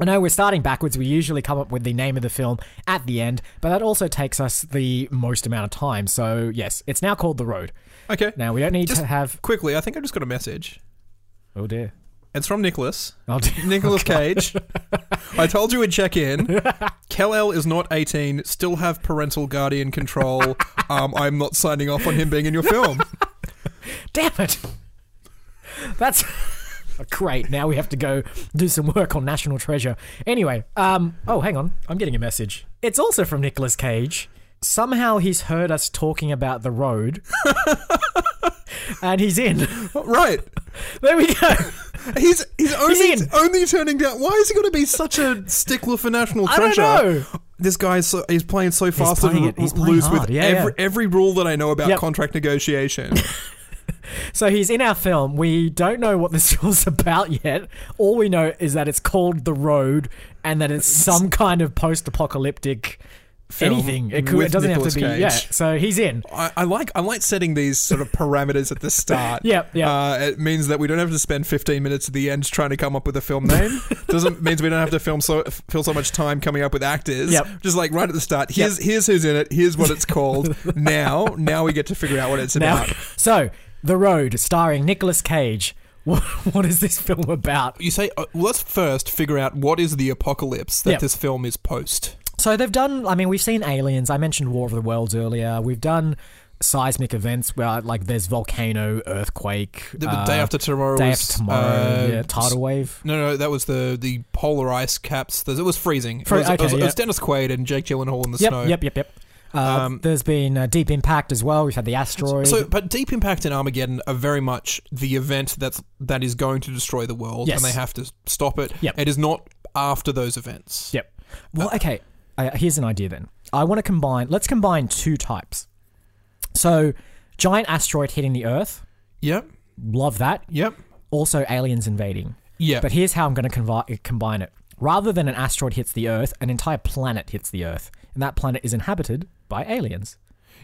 Speaker 2: I know we're starting backwards. We usually come up with the name of the film at the end, but that also takes us the most amount of time. So yes, it's now called The Road.
Speaker 1: okay.
Speaker 2: Now we don't need
Speaker 1: Just-
Speaker 2: to have.
Speaker 1: Quickly, I think I just got a message.
Speaker 2: Oh dear.
Speaker 1: It's from Nicholas.
Speaker 2: Oh dear.
Speaker 1: Nicholas Cage. I told you we'd check in. Kel L is not 18, still have parental guardian control. Um, I'm not signing off on him being in your film.
Speaker 2: Damn it! That's great. Now we have to go do some work on National Treasure. Anyway, um, oh, hang on. I'm getting a message. It's also from Nicolas Cage. Somehow he's heard us talking about the road. and he's in.
Speaker 1: right.
Speaker 2: There we go.
Speaker 1: He's he's only
Speaker 2: in.
Speaker 1: only turning down. Why is he going to be such a stickler for national
Speaker 2: I don't
Speaker 1: treasure?
Speaker 2: know.
Speaker 1: This guy's so, he's playing so fast
Speaker 2: playing
Speaker 1: and
Speaker 2: it. He's playing
Speaker 1: loose with
Speaker 2: hard. Yeah,
Speaker 1: every
Speaker 2: yeah.
Speaker 1: every rule that I know about
Speaker 2: Yep.
Speaker 1: contract negotiation.
Speaker 2: So he's in our film. We don't know what this film's about yet. All we know is that it's called The Road and that it's some kind of post apocalyptic
Speaker 1: Film
Speaker 2: anything. It, could, it
Speaker 1: with
Speaker 2: doesn't
Speaker 1: Nicolas
Speaker 2: have to be.
Speaker 1: Cage.
Speaker 2: Yeah. So he's in.
Speaker 1: I, I like I like setting these sort of parameters at the start.
Speaker 2: Yep, yep.
Speaker 1: Uh, it means that we don't have to spend 15 minutes at the end trying to come up with a film name. Doesn't means we don't have to film so fill so much time coming up with actors.
Speaker 2: Yep.
Speaker 1: Just like right at the start. Here's here's who's in it. Here's what it's called. now now we get to figure out what it's
Speaker 2: Now,
Speaker 1: about.
Speaker 2: so The Road, starring Nicolas Cage. What, what is this film about?
Speaker 1: You say uh, let's first figure out what is the apocalypse that
Speaker 2: Yep.
Speaker 1: this film is post.
Speaker 2: So they've done. I mean, we've seen Aliens. I mentioned War of the Worlds earlier. We've done seismic events where like there's volcano, earthquake.
Speaker 1: The, the
Speaker 2: uh,
Speaker 1: day after tomorrow
Speaker 2: day
Speaker 1: was
Speaker 2: after tomorrow,
Speaker 1: uh,
Speaker 2: yeah, tidal wave.
Speaker 1: No, no, that was the the polar ice caps. There's- It was freezing.
Speaker 2: Fre-
Speaker 1: it, was, it
Speaker 2: okay,
Speaker 1: was- it
Speaker 2: yeah.
Speaker 1: was Dennis Quaid and Jake Gyllenhaal in the
Speaker 2: Yep,
Speaker 1: snow.
Speaker 2: yep, yep, yep. Uh,
Speaker 1: Um,
Speaker 2: there's been uh, deep impact as well. We've had the asteroid.
Speaker 1: So, but Deep Impact and Armageddon are very much the event that's that is going to destroy the world,
Speaker 2: Yes.
Speaker 1: and they have to stop it.
Speaker 2: Yep.
Speaker 1: It is not after those events.
Speaker 2: Yep. Well, okay. Uh, here's an idea then. I want to combine. Let's combine two types. So, giant asteroid hitting the Earth.
Speaker 1: Yep.
Speaker 2: Love that.
Speaker 1: Yep.
Speaker 2: Also, aliens invading.
Speaker 1: Yep.
Speaker 2: But here's how I'm going to convi- combine it. Rather than an asteroid hits the Earth, an entire planet hits the Earth, and that planet is inhabited by aliens.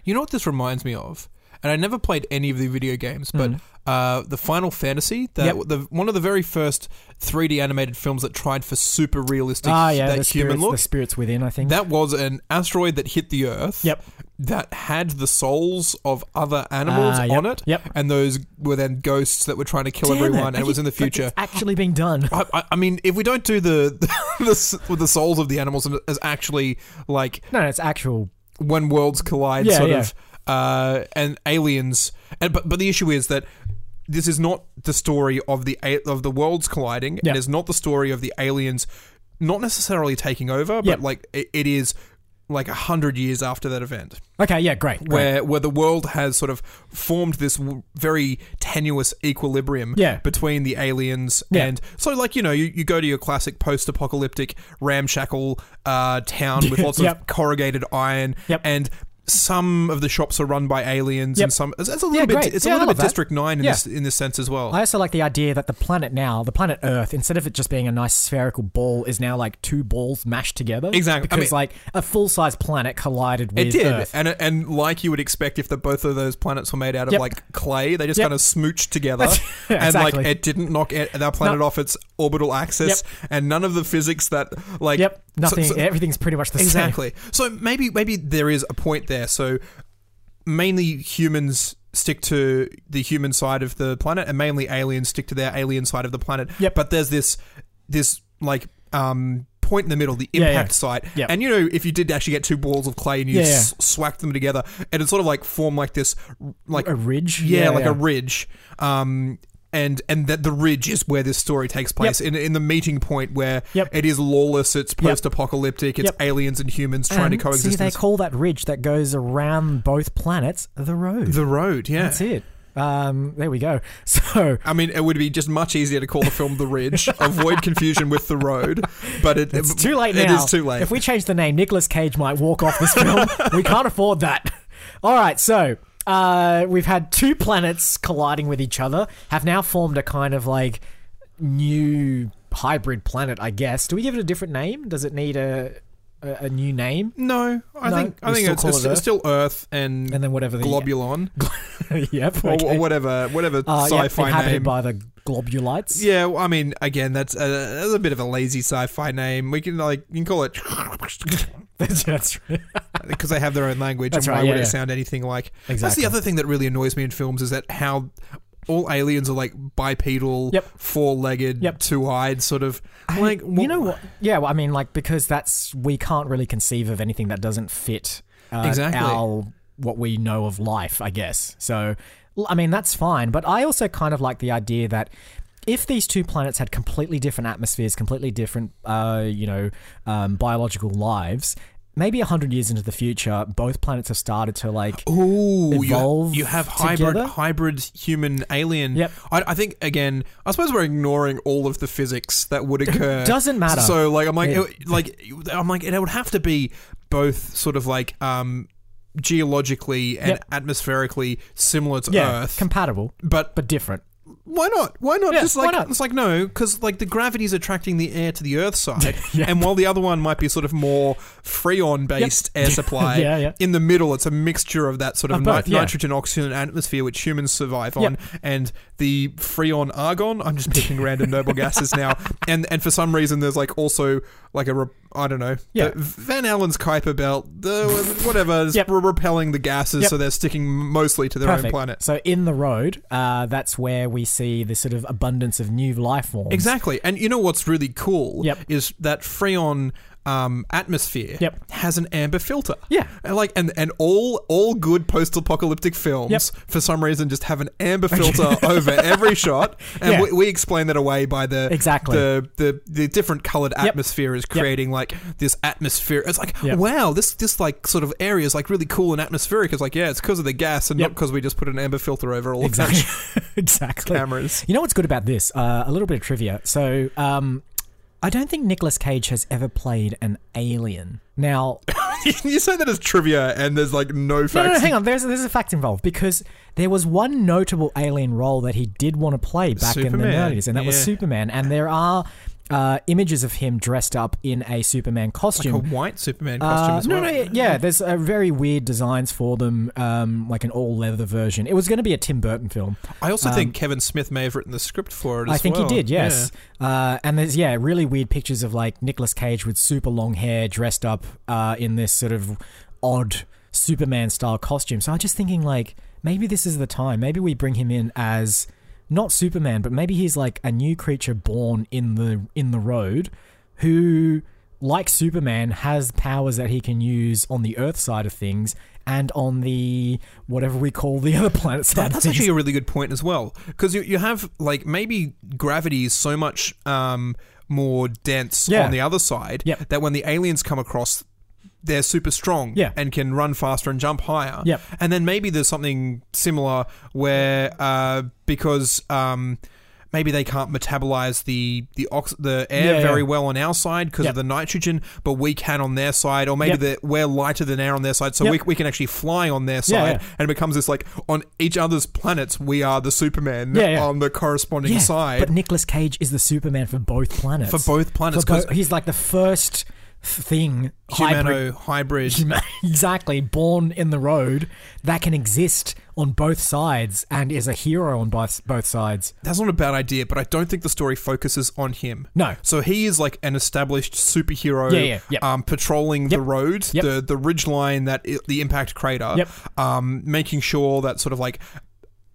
Speaker 1: you know what this reminds me of? And I never played any of the video games, but uh, the Final Fantasy, that
Speaker 2: Hmm. Yep.
Speaker 1: the one of the very first 3D animated films that tried for super realistic
Speaker 2: ah, yeah, the
Speaker 1: that
Speaker 2: spirits,
Speaker 1: human look.
Speaker 2: the spirits within. I think.
Speaker 1: That was an asteroid that hit the Earth.
Speaker 2: Yep.
Speaker 1: That had the souls of other animals
Speaker 2: Ah, yep,
Speaker 1: on it.
Speaker 2: yep.
Speaker 1: And those were then ghosts that were trying to kill
Speaker 2: Damn
Speaker 1: everyone, and
Speaker 2: I
Speaker 1: it was in the
Speaker 2: keep- but
Speaker 1: future.
Speaker 2: It's actually being done.
Speaker 1: I, I- I mean, if we don't do the the, s- with the souls of the animals as actually like
Speaker 2: No, no, it's actual.
Speaker 1: when worlds collide,
Speaker 2: Yeah,
Speaker 1: sort
Speaker 2: yeah.
Speaker 1: of, uh, and aliens. And but but the issue is that this is not the story of the a- of the worlds colliding,
Speaker 2: Yeah.
Speaker 1: and it's not the story of the aliens, not necessarily taking over,
Speaker 2: Yeah.
Speaker 1: but like it, it is like a hundred years after that event,
Speaker 2: Okay, yeah, great. great.
Speaker 1: where where the world has sort of formed this w- very tenuous equilibrium
Speaker 2: Yeah.
Speaker 1: between the aliens
Speaker 2: Yeah.
Speaker 1: and so like you know you, you go to your classic post-apocalyptic ramshackle uh, town with lots
Speaker 2: Yep.
Speaker 1: of corrugated iron
Speaker 2: Yep.
Speaker 1: and some of the shops are run by aliens
Speaker 2: Yep.
Speaker 1: and some it's, it's a little
Speaker 2: Yeah,
Speaker 1: bit
Speaker 2: great.
Speaker 1: it's
Speaker 2: Yeah, I
Speaker 1: a little
Speaker 2: love
Speaker 1: bit
Speaker 2: that.
Speaker 1: district 9 in
Speaker 2: Yeah.
Speaker 1: this in this sense as well
Speaker 2: I also like the idea that the planet now, the planet Earth, instead of it just being a nice spherical ball, is now like two balls mashed together.
Speaker 1: Exactly. I
Speaker 2: Because
Speaker 1: mean-
Speaker 2: like a full size planet collided with
Speaker 1: it did,
Speaker 2: Earth.
Speaker 1: and and like you would expect, if the both of those planets were made out of
Speaker 2: Yep.
Speaker 1: like clay, they just
Speaker 2: Yep.
Speaker 1: kind of smooched together,
Speaker 2: Yeah,
Speaker 1: and
Speaker 2: exactly.
Speaker 1: like it didn't knock it, that planet off its orbital axis, and none of the physics that like
Speaker 2: Yep.
Speaker 1: so-
Speaker 2: Nothing.
Speaker 1: so-
Speaker 2: everything's pretty much the same.
Speaker 1: exactly. So maybe maybe there is a point there. So mainly humans stick to the human side of the planet, and mainly aliens stick to their alien side of the planet.
Speaker 2: Yep.
Speaker 1: But there's this this like um. Point in the middle, the
Speaker 2: Yeah,
Speaker 1: impact
Speaker 2: yeah.
Speaker 1: site,
Speaker 2: Yep.
Speaker 1: and you know if you did actually get two balls of clay and you
Speaker 2: Yeah, yeah.
Speaker 1: s- swacked them together, and it sort of like form like this, like
Speaker 2: A ridge.
Speaker 1: yeah, like a ridge. Um, and and that the ridge is where this story takes place in in the meeting point where
Speaker 2: Yep.
Speaker 1: it is lawless, it's post-apocalyptic, it's
Speaker 2: Yep.
Speaker 1: aliens and humans trying to
Speaker 2: And
Speaker 1: coexist.
Speaker 2: See,
Speaker 1: in
Speaker 2: they
Speaker 1: this-
Speaker 2: call that ridge that goes around both planets the road.
Speaker 1: the road, yeah.
Speaker 2: That's it. Um, there we go. So
Speaker 1: I mean, it would be just much easier to call the film The Ridge. Avoid confusion with The Road, but it,
Speaker 2: it's too late
Speaker 1: It
Speaker 2: now.
Speaker 1: is too late.
Speaker 2: If we change the name, Nicolas Cage might walk off this film. we can't afford that. All right, so uh, we've had two planets colliding with each other, have now formed a kind of like new hybrid planet, I guess. Do we give it a different name? Does it need a a, a new name?
Speaker 1: no, I
Speaker 2: No,
Speaker 1: think I
Speaker 2: we
Speaker 1: think
Speaker 2: still
Speaker 1: it's,
Speaker 2: call
Speaker 1: it's
Speaker 2: it Earth.
Speaker 1: still Earth and,
Speaker 2: And then whatever the
Speaker 1: Globulon
Speaker 2: yep,
Speaker 1: or,
Speaker 2: okay.
Speaker 1: or whatever whatever
Speaker 2: Uh, yep,
Speaker 1: sci-fi
Speaker 2: inhabited
Speaker 1: name.
Speaker 2: by the globulites.
Speaker 1: Yeah, well, I mean, again, that's a, that's a bit of a lazy sci-fi name. We can like you can call it
Speaker 2: That's right.
Speaker 1: because they have their own language,
Speaker 2: That's
Speaker 1: and why
Speaker 2: right, yeah,
Speaker 1: would
Speaker 2: yeah.
Speaker 1: it sound anything like? That's
Speaker 2: Exactly.
Speaker 1: the other thing that really annoys me in films is that how all aliens are like bipedal,
Speaker 2: Yep.
Speaker 1: four-legged,
Speaker 2: Yep.
Speaker 1: two-eyed, sort of. like
Speaker 2: you know what? Yeah, well, I mean, like because that's we can't really conceive of anything that doesn't fit uh,
Speaker 1: Exactly.
Speaker 2: our what we know of life, I guess. So, l- I mean, that's fine. But I also kind of like the idea that if these two planets had completely different atmospheres, completely different, uh, you know, um, biological lives. Maybe hundred years into the future, both planets have started to like.
Speaker 1: Ooh, you, ha-
Speaker 2: evolve
Speaker 1: you have hybrid
Speaker 2: together?
Speaker 1: hybrid human alien.
Speaker 2: Yep.
Speaker 1: I, I think again, I suppose we're ignoring all of the physics that would occur.
Speaker 2: Doesn't matter.
Speaker 1: So like I'm like
Speaker 2: Yeah.
Speaker 1: it- like I'm like it would have to be both sort of like um geologically and
Speaker 2: Yep.
Speaker 1: atmospherically similar to
Speaker 2: Yeah,
Speaker 1: Earth.
Speaker 2: compatible
Speaker 1: but
Speaker 2: but different.
Speaker 1: why not? Why not?
Speaker 2: Yeah,
Speaker 1: just
Speaker 2: why
Speaker 1: like
Speaker 2: not?
Speaker 1: it's like no, because like the gravity's attracting the air to the Earth side, and while the other one might be sort of more freon-based air supply,
Speaker 2: Yeah, yeah.
Speaker 1: in the middle it's a mixture of that sort of,
Speaker 2: Of both,
Speaker 1: ni-
Speaker 2: yeah.
Speaker 1: nitrogen oxygen atmosphere which humans survive
Speaker 2: Yep.
Speaker 1: on, and the freon argon. I'm just picking random noble gases now, and and for some reason there's like also like a re- I don't know,
Speaker 2: Yeah.
Speaker 1: the Van Allen's Kuiper belt, the whatever, is
Speaker 2: Yep.
Speaker 1: re- repelling the gases,
Speaker 2: Yep.
Speaker 1: so they're sticking mostly to their own
Speaker 2: Perfect.
Speaker 1: planet.
Speaker 2: So in the road, uh, that's where we see the sort of abundance of new life forms.
Speaker 1: Exactly. And you know what's really cool
Speaker 2: Yep.
Speaker 1: is that Freon um, atmosphere
Speaker 2: Yep.
Speaker 1: has an amber filter.
Speaker 2: Yeah.
Speaker 1: And like and, and all all good post apocalyptic films for some reason just have an amber filter over every shot. And
Speaker 2: Yeah.
Speaker 1: we, we explain that away by the
Speaker 2: Exactly.
Speaker 1: the the, the different coloured atmosphere is creating like this atmosphere. It's like
Speaker 2: Yep.
Speaker 1: wow, this this like sort of area is like really cool and atmospheric. It's like yeah, it's because of the gas and not
Speaker 2: Yep.
Speaker 1: because we just put an amber filter over all of that
Speaker 2: Exactly. exactly.
Speaker 1: cameras.
Speaker 2: You know what's good about this? Uh, a little bit of trivia. So, um, I don't think Nicolas Cage has ever played an alien. Now,
Speaker 1: you say that as trivia, and there's like no
Speaker 2: no, no, no,
Speaker 1: facts.
Speaker 2: hang on. There's there's a fact involved because there was one notable alien role that he did want to play back in the
Speaker 1: Superman,
Speaker 2: nineties, and that was
Speaker 1: yeah.
Speaker 2: Superman. And there are uh, images of him dressed up in a Superman costume.
Speaker 1: a white Superman costume
Speaker 2: Uh,
Speaker 1: as
Speaker 2: no,
Speaker 1: well.
Speaker 2: no, yeah, yeah, there's uh, very weird designs for them, um, like an all leather version. It was going to be a Tim Burton film.
Speaker 1: I also think Kevin Smith may have written the script for it. As
Speaker 2: Um, I think
Speaker 1: well.
Speaker 2: he did, yes. Uh, and there's yeah, really weird pictures of like Nicolas Cage with super long hair, dressed up uh, in this sort of odd Superman style costume. So I'm just thinking like maybe this is the time. Maybe we bring him in as not Superman, but maybe he's like a new creature born in the in the road who like Superman has powers that he can use on the earth side of things and on the whatever we call the other planet side
Speaker 1: That-
Speaker 2: of
Speaker 1: that's
Speaker 2: things.
Speaker 1: actually a really good point as well, because you, you have like maybe gravity is so much um, more dense
Speaker 2: Yeah.
Speaker 1: on the other side
Speaker 2: Yep.
Speaker 1: that when the aliens come across, they're super strong
Speaker 2: Yeah.
Speaker 1: and can run faster and jump higher.
Speaker 2: Yep.
Speaker 1: And then maybe there's something similar where uh, because um, maybe they can't metabolize the the ox- the air
Speaker 2: Yeah,
Speaker 1: very
Speaker 2: yeah.
Speaker 1: well on our side because
Speaker 2: Yep.
Speaker 1: of the nitrogen, but we can on their side, or maybe
Speaker 2: Yep.
Speaker 1: that we're lighter than air on their side, so
Speaker 2: Yep.
Speaker 1: we, we can actually fly on their side
Speaker 2: Yeah, yeah.
Speaker 1: and it becomes this like on each other's planets we are the superman
Speaker 2: Yeah, yeah.
Speaker 1: on the corresponding
Speaker 2: Yeah,
Speaker 1: side
Speaker 2: But Nicolas Cage is the Superman for both planets.
Speaker 1: for both planets
Speaker 2: For bo-
Speaker 1: because
Speaker 2: he's like the first thing hybrid,
Speaker 1: humano hybrid
Speaker 2: exactly born in the road that can exist on both sides and is a hero on both both sides.
Speaker 1: that's not a bad idea but i don't think the story focuses on him
Speaker 2: No.
Speaker 1: so he is like an established superhero
Speaker 2: Yeah, yeah, yep.
Speaker 1: um patrolling the
Speaker 2: Yep.
Speaker 1: road
Speaker 2: Yep.
Speaker 1: the the ridge line that i- the impact crater
Speaker 2: Yep.
Speaker 1: um making sure that sort of like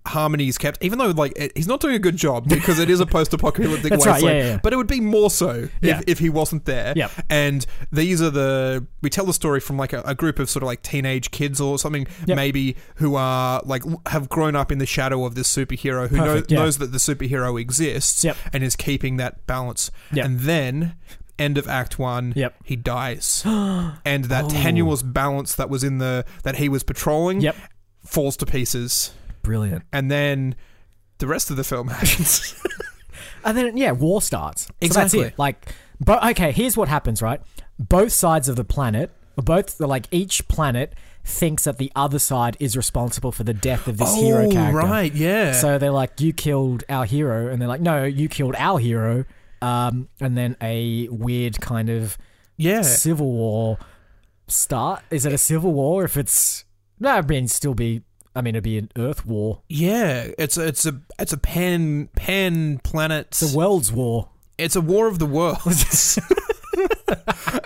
Speaker 1: harmony is kept even though like it, he's not doing a good job because it is a post-apocalyptic
Speaker 2: That's right,
Speaker 1: wasteland
Speaker 2: yeah, yeah, yeah.
Speaker 1: but it would be more so
Speaker 2: Yeah.
Speaker 1: if, if he wasn't there
Speaker 2: Yep.
Speaker 1: and these are the we tell the story from like a, a group of sort of like teenage kids or something
Speaker 2: Yep.
Speaker 1: maybe who are like l- have grown up in the shadow of this superhero who
Speaker 2: Perfect,
Speaker 1: know,
Speaker 2: yeah.
Speaker 1: knows that the superhero exists
Speaker 2: Yep.
Speaker 1: and is keeping that balance
Speaker 2: Yep.
Speaker 1: and then end of act one
Speaker 2: Yep. Oh.
Speaker 1: he dies and that tenuous balance that was in the that he was patrolling
Speaker 2: Yep.
Speaker 1: falls to pieces
Speaker 2: Brilliant.
Speaker 1: and then the rest of the film happens
Speaker 2: And then yeah, war starts. So
Speaker 1: Exactly.
Speaker 2: that's it. Like, but okay, here's what happens, right? Both sides of the planet, both like each planet thinks that the other side is responsible for the death of this hero character.
Speaker 1: Oh, right yeah
Speaker 2: So they're like, "You killed our hero," and they're like, "No, you killed our hero." Um, and then a weird kind of
Speaker 1: yeah
Speaker 2: civil war start. Is it a civil war? If it's no, I mean, still be. I mean, it'd be an Earth war,
Speaker 1: yeah it's a, it's a it's a pan pan planet
Speaker 2: the world's war.
Speaker 1: It's a war of the worlds.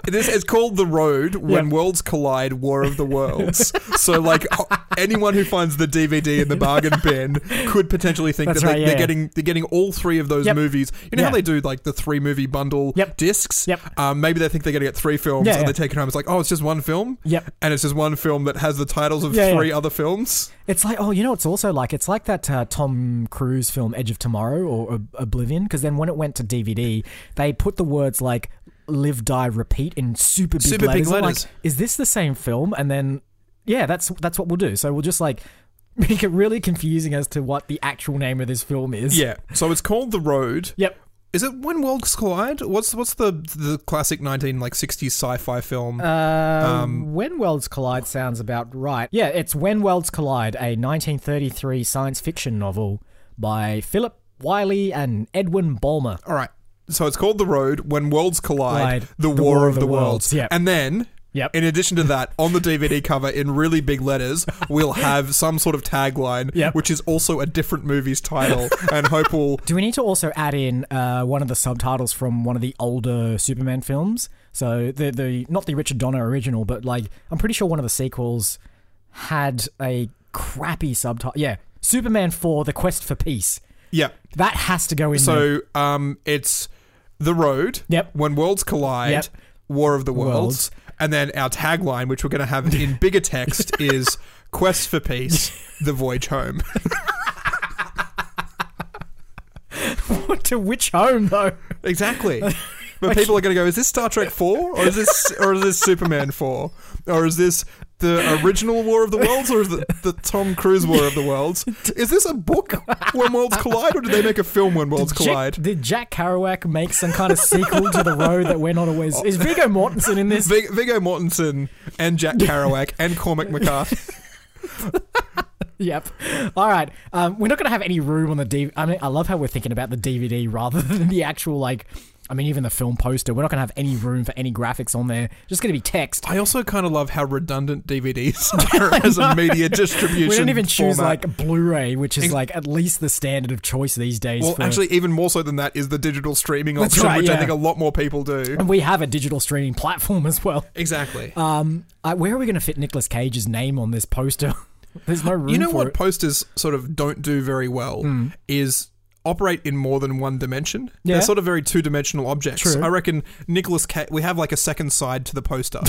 Speaker 1: this is called the road when
Speaker 2: Yep.
Speaker 1: worlds collide. War of the worlds. so, like o- anyone who finds the DVD in the bargain bin could potentially think
Speaker 2: That's
Speaker 1: that
Speaker 2: right,
Speaker 1: they,
Speaker 2: yeah,
Speaker 1: are
Speaker 2: yeah.
Speaker 1: getting they're getting all three of those
Speaker 2: Yep.
Speaker 1: movies. You know
Speaker 2: Yeah.
Speaker 1: how they do like the three movie bundle
Speaker 2: Yep.
Speaker 1: discs.
Speaker 2: Yep.
Speaker 1: Um, maybe they think they're going to get three films,
Speaker 2: Yeah,
Speaker 1: and
Speaker 2: yeah.
Speaker 1: they take it home. It's like, oh, it's just one film.
Speaker 2: Yep.
Speaker 1: And it's just one film that has the titles of
Speaker 2: Yeah, yeah.
Speaker 1: three other films.
Speaker 2: It's like, oh, you know, it's also like it's like that uh, Tom Cruise film Edge of Tomorrow or Ob- Oblivion, because then when it went to DVD, they put the words like "live, die, repeat" in super big
Speaker 1: Super big
Speaker 2: letters. I'm like,
Speaker 1: letters.
Speaker 2: is this the same film? And then, yeah, that's that's what we'll do. So we'll just like make it really confusing as to what the actual name of this film is.
Speaker 1: Yeah. So it's called the road.
Speaker 2: Yep.
Speaker 1: Is it when worlds collide? What's what's the the classic nineteen like sixties sci-fi film?
Speaker 2: Um, when Worlds Collide sounds about right. Yeah, it's When Worlds Collide, a 1933 science fiction novel by Philip Wiley and Edwin Bulmer.
Speaker 1: All right. So it's called The Road When Worlds Collide,
Speaker 2: Collide,
Speaker 1: the, War, of, the Worlds.
Speaker 2: Yep.
Speaker 1: And then,
Speaker 2: Yep.
Speaker 1: in addition to that, on the DVD cover in really big letters, we'll have some sort of tagline,
Speaker 2: Yep.
Speaker 1: which is also a different movie's title. and Hope will.
Speaker 2: Do we need to also add in uh, one of the subtitles from one of the older Superman films? So the the not the Richard Donner original, but like I'm pretty sure one of the sequels had a crappy subtitle. Yeah, Superman Four: The Quest for Peace.
Speaker 1: Yeah.
Speaker 2: That has to go in. there.
Speaker 1: So um, it's The Road
Speaker 2: Yep.
Speaker 1: When Worlds Collide,
Speaker 2: Yep.
Speaker 1: War of the Worlds.
Speaker 2: Worlds.
Speaker 1: And then our tagline, which we're going to have in bigger text, is Quest for Peace, The Voyage Home.
Speaker 2: to which home though?
Speaker 1: exactly. But people are going to go, is this Star Trek 4? Or is this, or is this Superman 4? Or is this the original War of the Worlds? Or is it the Tom Cruise War of the Worlds? Is this a book when worlds collide? Or did they make a film when worlds collide?
Speaker 2: Jack, did Jack Kerouac make some kind of sequel to the road that we're not always? Is Viggo Mortensen in this?
Speaker 1: Vig- Viggo Mortensen and Jack Kerouac and Cormac McCarthy.
Speaker 2: Yep. All right. Um, we're not going to have any room on the DVD. I mean, I love how we're thinking about the DVD rather than the actual like. I mean, even the film poster. We're not going to have any room for any graphics on there. Just going to be text.
Speaker 1: I also kind of love how redundant DVDs are as a media distribution.
Speaker 2: We don't even choose
Speaker 1: format.
Speaker 2: like Blu-ray, which is like at least the standard of choice these days.
Speaker 1: Well,
Speaker 2: for-
Speaker 1: actually, even more so than that is the digital streaming
Speaker 2: That's
Speaker 1: option,
Speaker 2: right,
Speaker 1: which I
Speaker 2: yeah.
Speaker 1: think a lot more people do.
Speaker 2: and we have a digital streaming platform as well.
Speaker 1: Exactly.
Speaker 2: Um, I, where are we going to fit Nicolas Cage's name on this poster? There's no room.
Speaker 1: you know
Speaker 2: for
Speaker 1: what
Speaker 2: It. Hmm.
Speaker 1: posters sort of don't do very well is operate in more than one dimension.
Speaker 2: Yeah.
Speaker 1: They're sort of very two dimensional objects.
Speaker 2: True.
Speaker 1: I reckon Nicholas Cage. We have like a second side to the poster.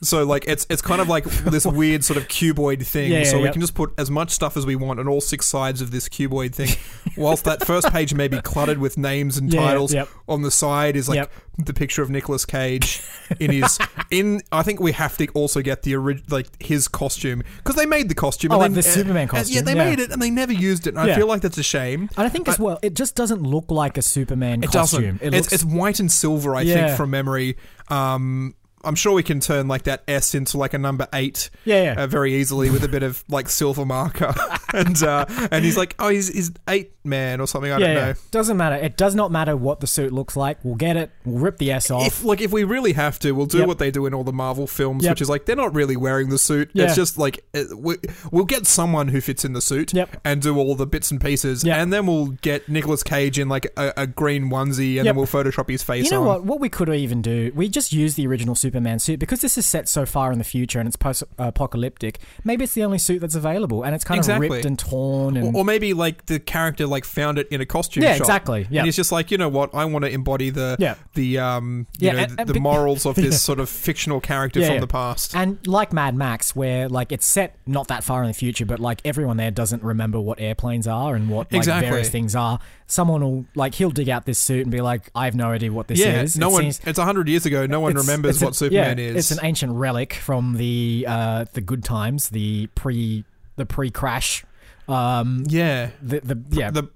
Speaker 1: So like it's it's kind of like this weird sort of cuboid thing.
Speaker 2: Yeah, yeah,
Speaker 1: so we
Speaker 2: yeah.
Speaker 1: can just put as much stuff as we want on all six sides of this cuboid thing. Whilst that first page may be cluttered with names and
Speaker 2: Yeah, yeah,
Speaker 1: titles,
Speaker 2: yep.
Speaker 1: on the side is like
Speaker 2: Yep.
Speaker 1: the picture of Nicolas Cage in his in. I think we have to also get the orig- like his costume because they made the costume.
Speaker 2: Oh,
Speaker 1: and
Speaker 2: like
Speaker 1: they-
Speaker 2: the Superman
Speaker 1: uh, Yeah,
Speaker 2: costume,
Speaker 1: they
Speaker 2: yeah.
Speaker 1: made it and they never used it. And I
Speaker 2: Yeah.
Speaker 1: feel like that's a shame.
Speaker 2: And I think as well, it just doesn't look like a Superman
Speaker 1: It
Speaker 2: costume.
Speaker 1: doesn't. it's, it's white and silver. I
Speaker 2: Yeah.
Speaker 1: think from memory. Um, I'm sure we can turn like that S into like a number eight.
Speaker 2: Yeah, yeah.
Speaker 1: Uh, very easily with a bit of like silver marker, and uh, and he's like, oh, he's, he's eight man or something. I
Speaker 2: yeah,
Speaker 1: don't
Speaker 2: yeah.
Speaker 1: know.
Speaker 2: doesn't matter. It does not matter what the suit looks like. We'll get it. We'll rip the S off.
Speaker 1: If like if we really have to, we'll do
Speaker 2: Yep.
Speaker 1: what they do in all the Marvel films,
Speaker 2: Yep.
Speaker 1: which is like they're not really wearing the suit.
Speaker 2: Yeah.
Speaker 1: It's just like it, we, we'll get someone who fits in the suit
Speaker 2: Yep.
Speaker 1: and do all the bits and pieces,
Speaker 2: Yep.
Speaker 1: and then we'll get Nicolas Cage in like a, a green onesie, and
Speaker 2: Yep.
Speaker 1: then we'll Photoshop his face.
Speaker 2: you know
Speaker 1: on.
Speaker 2: what? What we could even do, we just use the original Superman suit because this is set so far in the future and it's post-apocalyptic. Maybe it's the only suit that's available, and it's kind
Speaker 1: Exactly.
Speaker 2: of ripped and torn. And
Speaker 1: Or, or maybe like the character like found it in a costume.
Speaker 2: Yeah,
Speaker 1: shop,
Speaker 2: exactly. Yeah.
Speaker 1: and he's just like, you know what? I want to embody the
Speaker 2: Yeah.
Speaker 1: the um you
Speaker 2: Yeah,
Speaker 1: know
Speaker 2: and-
Speaker 1: the,
Speaker 2: and
Speaker 1: the
Speaker 2: be-
Speaker 1: morals of this sort of fictional character
Speaker 2: Yeah,
Speaker 1: from
Speaker 2: yeah.
Speaker 1: the past.
Speaker 2: And like Mad Max, where like it's set not that far in the future, but like everyone there doesn't remember what airplanes are and what like
Speaker 1: Exactly.
Speaker 2: various things are. Someone will like he'll dig out this suit and be like, "I have no idea what this
Speaker 1: yeah,
Speaker 2: is."
Speaker 1: no
Speaker 2: It
Speaker 1: one.
Speaker 2: seems-
Speaker 1: it's a hundred years ago. No one
Speaker 2: it's-
Speaker 1: remembers
Speaker 2: it's a-
Speaker 1: what Superman
Speaker 2: yeah,
Speaker 1: is.
Speaker 2: It's an ancient relic from the uh, the good times, the pre the pre crash, um,
Speaker 1: yeah,
Speaker 2: the the yeah
Speaker 1: the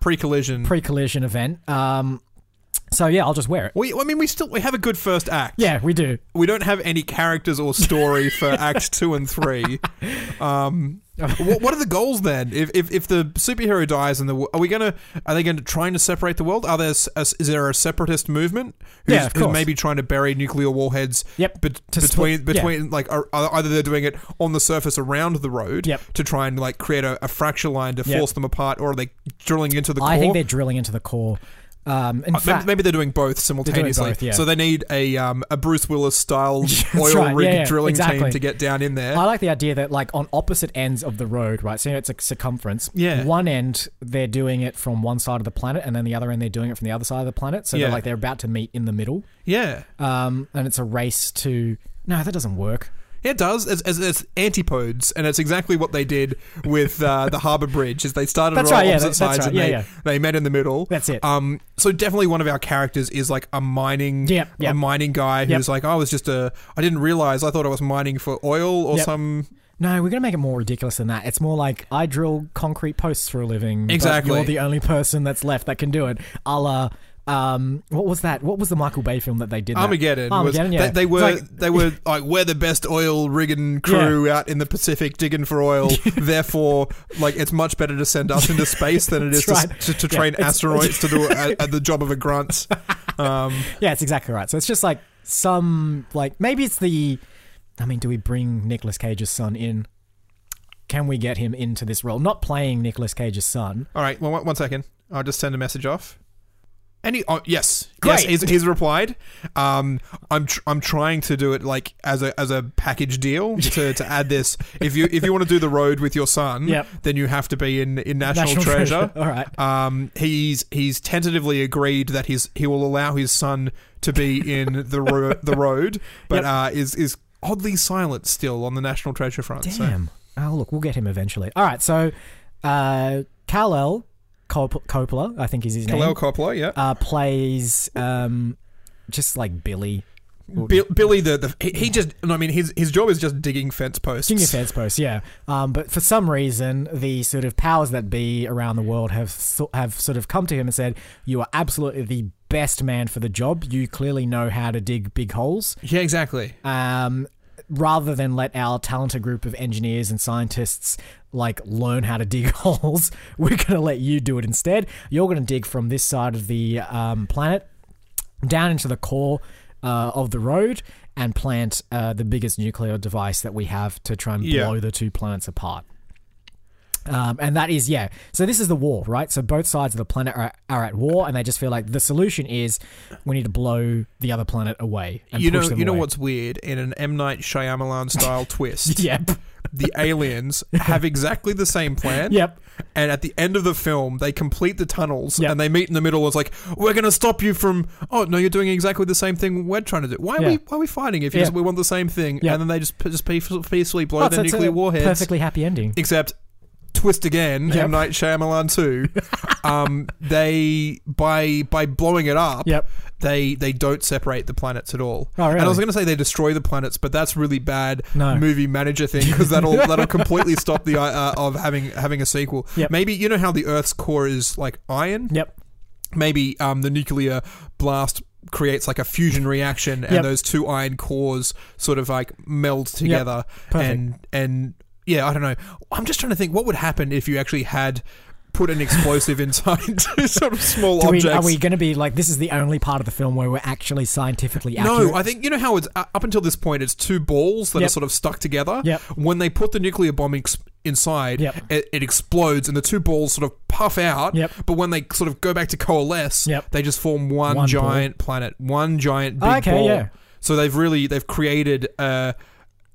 Speaker 1: pre-collision.
Speaker 2: pre collision event. Um, so yeah, I'll just wear it.
Speaker 1: we, I mean, we still we have a good first act.
Speaker 2: Yeah, we do.
Speaker 1: we don't have any characters or story for Act Two and Three. Um, what, what are the goals then? If, if if the superhero dies, and the wo- are we gonna are they gonna trying to separate the world? Are there s- a s- is there a separatist movement who's,
Speaker 2: Yeah, of
Speaker 1: who's
Speaker 2: course.
Speaker 1: maybe trying to bury nuclear warheads?
Speaker 2: Yep,
Speaker 1: bet-
Speaker 2: to
Speaker 1: between
Speaker 2: split- yeah.
Speaker 1: between like are, are- either they're doing it on the surface around the road
Speaker 2: Yep.
Speaker 1: to try and like create a, a fracture line to
Speaker 2: Yep.
Speaker 1: force them apart, or are they drilling into the core?
Speaker 2: I think they're drilling into the core. Um, in
Speaker 1: Uh,
Speaker 2: fact,
Speaker 1: maybe, maybe they're doing both
Speaker 2: doing
Speaker 1: simultaneously.
Speaker 2: both, yeah.
Speaker 1: So they need a um, a Bruce Willis style oil
Speaker 2: right,
Speaker 1: rig
Speaker 2: yeah, yeah,
Speaker 1: drilling team
Speaker 2: exactly.
Speaker 1: to get down in there.
Speaker 2: I like the idea that like on opposite ends of the road, right? So you know, it's a circumference.
Speaker 1: Yeah.
Speaker 2: One end they're doing it from one side of the planet, and then the other end they're doing it from the other side of the planet. So
Speaker 1: Yeah.
Speaker 2: they're like they're about to meet in the middle.
Speaker 1: yeah.
Speaker 2: Um, and it's a race to. No, that doesn't work.
Speaker 1: It does. It's, it's, it's antipodes, and it's exactly what they did with uh, the Harbour Bridge. Is they started
Speaker 2: That's
Speaker 1: on
Speaker 2: right, yeah,
Speaker 1: opposite
Speaker 2: that- that's
Speaker 1: sides,
Speaker 2: right,
Speaker 1: and
Speaker 2: yeah,
Speaker 1: they,
Speaker 2: yeah.
Speaker 1: they met in the middle.
Speaker 2: That's it.
Speaker 1: Um, so definitely one of our characters is like a mining,
Speaker 2: Yep, yep.
Speaker 1: a mining guy who's
Speaker 2: Yep.
Speaker 1: like, "Oh, I was just a, I didn't realize, I thought I was mining for oil or
Speaker 2: Yep.
Speaker 1: some.
Speaker 2: No, we're gonna make it more ridiculous than that. It's more like I drill concrete posts for a living. but
Speaker 1: Exactly.
Speaker 2: you're the only person that's left that can do it. A la, um, what was that? What was the Michael Bay film that they did? that-
Speaker 1: Armageddon. was-
Speaker 2: Armageddon. yeah,
Speaker 1: they, they
Speaker 2: It's
Speaker 1: were
Speaker 2: like-
Speaker 1: they were like we're the best oil rigging crew out in the Pacific digging for oil. therefore, like it's much better to send us into space than it is to,
Speaker 2: That's right.
Speaker 1: to, to
Speaker 2: Yeah,
Speaker 1: train
Speaker 2: it's-
Speaker 1: asteroids to do a, a, the job of a grunt. Um,
Speaker 2: Yeah, it's exactly right. So it's just like some like maybe it's the I mean, do we bring Nicolas Cage's son in? Can we get him into this role? Not playing Nicolas Cage's son.
Speaker 1: all right, well, one, one second. I'll just send a message off. And he, oh, yes, yes,
Speaker 2: Great.
Speaker 1: he's, he's replied. Um, I'm tr- I'm trying to do it like as a as a package deal to, to add this. If you if you want to do the road with your son,
Speaker 2: Yep.
Speaker 1: then you have to be in, in National, Treasure.
Speaker 2: All right.
Speaker 1: Um, he's he's tentatively agreed that he's he will allow his son to be in the ro- the road, but
Speaker 2: Yep.
Speaker 1: uh, is is oddly silent still on the National Treasure front. So.
Speaker 2: Damn. Oh, look, we'll get him eventually. All right. So, uh, Kal-El Cop- Coppola, I think is his
Speaker 1: Kalel
Speaker 2: name,
Speaker 1: Coppola, yeah.
Speaker 2: uh, plays um, just like Billy.
Speaker 1: Bill, Billy, the, the he, he just I mean his his job is just digging fence posts.
Speaker 2: Junior Feds Post, yeah. Um, but for some reason, the sort of powers that be around the world have so- have sort of come to him and said, "You are absolutely the best man for the job. You clearly know how to dig big holes."
Speaker 1: Yeah, exactly.
Speaker 2: um, rather than let our talented group of engineers and scientists like learn how to dig holes, we're going to let you do it instead. You're going to dig from this side of the um, planet down into the core uh, of the road and plant uh, the biggest nuclear device that we have to try and
Speaker 1: Yeah.
Speaker 2: blow the two planets apart. Um, and that is, yeah. So this is the war, right? So both sides of the planet are, are at war, and they just feel like the solution is we need to blow the other planet away. And
Speaker 1: you know,
Speaker 2: push them
Speaker 1: you know
Speaker 2: away.
Speaker 1: what's weird? In an M Night Shyamalan style twist,
Speaker 2: Yep.
Speaker 1: the aliens have exactly the same plan.
Speaker 2: Yep.
Speaker 1: And at the end of the film, they complete the tunnels
Speaker 2: Yep.
Speaker 1: and they meet in the middle. It's like we're going to stop you from. Oh no, you're doing exactly the same thing we're trying to do. Why are
Speaker 2: Yeah.
Speaker 1: we? Why are we fighting if you
Speaker 2: Yeah.
Speaker 1: just- we want the same thing?
Speaker 2: Yeah.
Speaker 1: And then they just just peace- peacefully blow
Speaker 2: Oh,
Speaker 1: their
Speaker 2: so it's a
Speaker 1: nuclear warheads.
Speaker 2: Perfectly happy ending.
Speaker 1: except twist again
Speaker 2: Yep.
Speaker 1: M Night Shyamalan too. um, they by by blowing it up.
Speaker 2: Yep.
Speaker 1: They they don't separate the planets at all.
Speaker 2: Oh, really?
Speaker 1: And I was going to say they destroy the planets, but that's really bad
Speaker 2: No.
Speaker 1: movie manager thing because that'll that'll completely stop the uh, of having having a sequel.
Speaker 2: Yep.
Speaker 1: Maybe you know how the Earth's core is like iron.
Speaker 2: Yep.
Speaker 1: Maybe um, the nuclear blast creates like a fusion reaction, and
Speaker 2: Yep.
Speaker 1: those two iron cores sort of like meld together.
Speaker 2: Perfect.
Speaker 1: And and yeah, I don't know. I'm just trying to think what would happen if you actually had put an explosive inside sort of small
Speaker 2: Do we,
Speaker 1: objects.
Speaker 2: are we going to be like this? Is the only part of the film where we're actually scientifically accurate?
Speaker 1: No, I think you know how it's uh, up until this point. It's two balls that
Speaker 2: Yep.
Speaker 1: are sort of stuck together.
Speaker 2: Yep.
Speaker 1: When they put the nuclear bomb ex- inside,
Speaker 2: Yep.
Speaker 1: it, it explodes and the two balls sort of puff out.
Speaker 2: Yep.
Speaker 1: But when they sort of go back to coalesce,
Speaker 2: Yep.
Speaker 1: they just form one,
Speaker 2: One
Speaker 1: giant planet, one giant big
Speaker 2: Oh, okay,
Speaker 1: ball.
Speaker 2: yeah.
Speaker 1: So they've really they've created uh,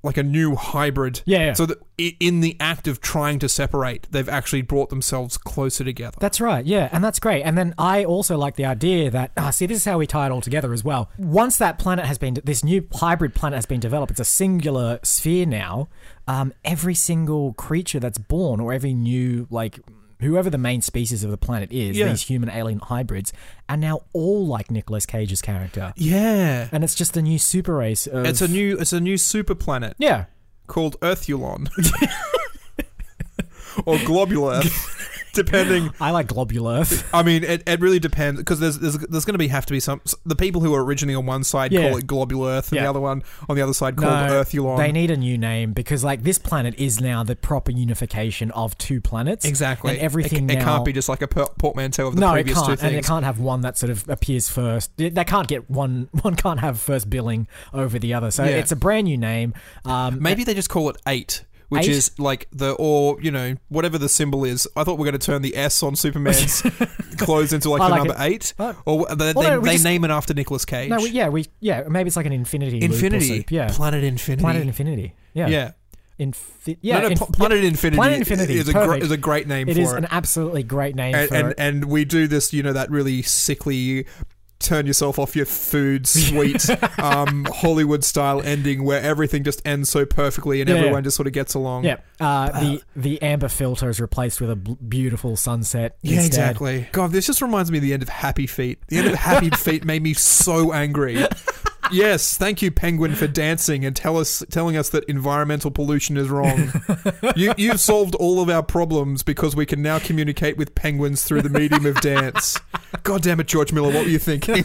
Speaker 1: like a new hybrid.
Speaker 2: Yeah, yeah.
Speaker 1: So that i- in the act of trying to separate, they've actually brought themselves closer together.
Speaker 2: That's right, yeah, and that's great. And then I also like the idea that ah, see, this is how we tie it all together as well. Once that planet has been, this new hybrid planet has been developed, it's a singular sphere now. Um, every single creature that's born, or every new like whoever the main species of the planet is,
Speaker 1: Yeah.
Speaker 2: these human alien hybrids are now all like Nicolas Cage's character,
Speaker 1: yeah.
Speaker 2: and it's just a new super race. Of,
Speaker 1: It's a new it's a new super planet.
Speaker 2: yeah.
Speaker 1: called Earthulon or Globular, depending.
Speaker 2: I like globular Earth.
Speaker 1: I mean, it, it really depends because there's there's, there's going to be have to be some the people who are originally on one side
Speaker 2: Yeah.
Speaker 1: call it Globule Earth and
Speaker 2: Yeah.
Speaker 1: the other one on the other side called Earthulon.
Speaker 2: They need a new name because like this planet is now the proper unification of two planets.
Speaker 1: exactly.
Speaker 2: And everything
Speaker 1: It, it
Speaker 2: now,
Speaker 1: can't be just like a per- portmanteau of the
Speaker 2: no, it
Speaker 1: previous
Speaker 2: can't,
Speaker 1: two
Speaker 2: and it
Speaker 1: things.
Speaker 2: can't have one that sort of appears first. It- They can't get one. One can't have first billing over the other. So
Speaker 1: Yeah.
Speaker 2: it's a brand new name. Um,
Speaker 1: Maybe they just call it eight. Which
Speaker 2: Eight?
Speaker 1: is like the, or, you know, whatever the symbol is. I thought we are going to turn the S on Superman's clothes into like
Speaker 2: I
Speaker 1: the
Speaker 2: like
Speaker 1: number eight.
Speaker 2: Oh.
Speaker 1: Or they,
Speaker 2: Well,
Speaker 1: they,
Speaker 2: no, we
Speaker 1: they
Speaker 2: just-
Speaker 1: name it after Nicolas Cage.
Speaker 2: no, we, yeah, we yeah. Maybe it's like an infinity. loop or
Speaker 1: Infinity.
Speaker 2: soup, Yeah.
Speaker 1: Planet Infinity.
Speaker 2: Planet Infinity. Yeah.
Speaker 1: Yeah.
Speaker 2: Infi- yeah.
Speaker 1: no, no,
Speaker 2: inf-
Speaker 1: Pl- Planet Infinity.
Speaker 2: Planet Infinity,
Speaker 1: is a,
Speaker 2: perfect.
Speaker 1: gr- is a great name
Speaker 2: it
Speaker 1: for
Speaker 2: is
Speaker 1: it.
Speaker 2: an absolutely great name
Speaker 1: and,
Speaker 2: for
Speaker 1: and,
Speaker 2: it.
Speaker 1: and we do this, you know, that really sickly turn yourself off your food sweet um, Hollywood style ending where everything just ends so perfectly and
Speaker 2: Yeah, yeah.
Speaker 1: everyone just sort of gets along.
Speaker 2: Yeah, uh, the the amber filter is replaced with a bl- beautiful sunset.
Speaker 1: Yeah,
Speaker 2: instead.
Speaker 1: exactly. God, this just reminds me of the end of Happy Feet. The end of Happy Feet made me so angry. Yes, thank you, Penguin, for dancing and tell us telling us that environmental pollution is wrong. you, you've solved all of our problems because we can now communicate with penguins through the medium of dance. God damn it, George Miller, what were you thinking?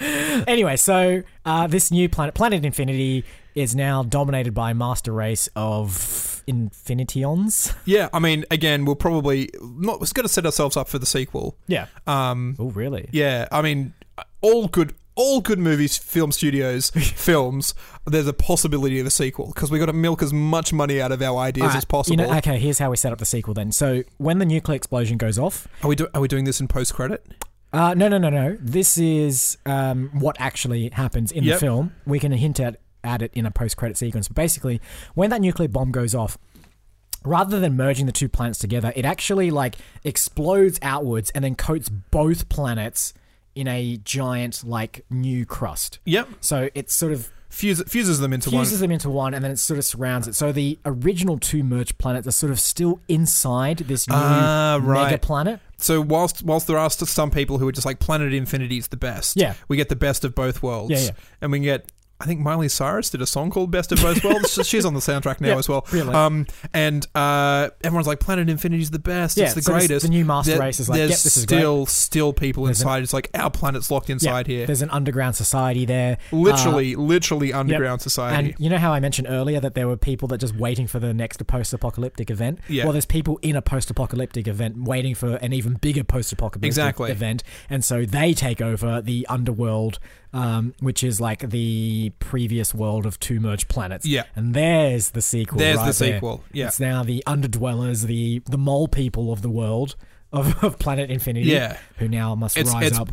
Speaker 2: Anyway, so uh, this new planet, Planet Infinity, is now dominated by a master race of Infinitions.
Speaker 1: yeah, I mean, again, we'll probably not. We're going to set ourselves up for the sequel.
Speaker 2: Yeah.
Speaker 1: Um,
Speaker 2: Oh, really?
Speaker 1: Yeah, I mean, all good, all good movies, film studios, films. There's a possibility of a sequel because we got to milk as much money out of our ideas
Speaker 2: Alright,
Speaker 1: as possible.
Speaker 2: You know, okay, here's how we set up the sequel then. So when the nuclear explosion goes off,
Speaker 1: are we do- are we doing this in post credit?
Speaker 2: Uh, no, no, no, no. This is um, what actually happens in
Speaker 1: Yep.
Speaker 2: the film. We can hint at, at it in a post credit sequence. But basically, when that nuclear bomb goes off, rather than merging the two planets together, it actually like explodes outwards and then coats both planets in a giant like new crust.
Speaker 1: Yep.
Speaker 2: So it sort of
Speaker 1: Fuse, fuses them into
Speaker 2: fuses
Speaker 1: one.
Speaker 2: them into one and then it sort of surrounds it. So the original two merged planets are sort of still inside this new
Speaker 1: Ah,
Speaker 2: mega
Speaker 1: right.
Speaker 2: planet.
Speaker 1: So whilst whilst there are st- some people who are just like Planet Infinity is the best.
Speaker 2: Yeah.
Speaker 1: We get the best of both worlds.
Speaker 2: Yeah, yeah.
Speaker 1: And we can get. I think Miley Cyrus did a song called "Best of Both Worlds." So She's on the soundtrack now
Speaker 2: Yeah,
Speaker 1: as well.
Speaker 2: really.
Speaker 1: Um, and uh, everyone's like, "Planet Infinity is the best.
Speaker 2: Yeah,
Speaker 1: it's the
Speaker 2: so this-
Speaker 1: greatest."
Speaker 2: the new master
Speaker 1: There-
Speaker 2: race is like,
Speaker 1: there's
Speaker 2: "Yep, this is great."
Speaker 1: still still people
Speaker 2: There's an-
Speaker 1: inside. it's like our planet's locked
Speaker 2: Yeah,
Speaker 1: inside here.
Speaker 2: There's an underground society there. Uh,
Speaker 1: Literally, literally underground society.
Speaker 2: and you know how I mentioned earlier that there were people that just waiting for the next post-apocalyptic event.
Speaker 1: Yeah.
Speaker 2: Well, there's people in a post-apocalyptic event waiting for an even bigger post-apocalyptic
Speaker 1: Exactly.
Speaker 2: event, and so they take over the underworld, um, which is like the previous world of two merged planets.
Speaker 1: Yeah.
Speaker 2: and there's the sequel.
Speaker 1: There's
Speaker 2: right
Speaker 1: the
Speaker 2: there.
Speaker 1: sequel. Yeah.
Speaker 2: it's now the underdwellers, the the mole people of the world of, of planet infinity.
Speaker 1: Yeah.
Speaker 2: who now must
Speaker 1: It's-
Speaker 2: rise
Speaker 1: it's
Speaker 2: up.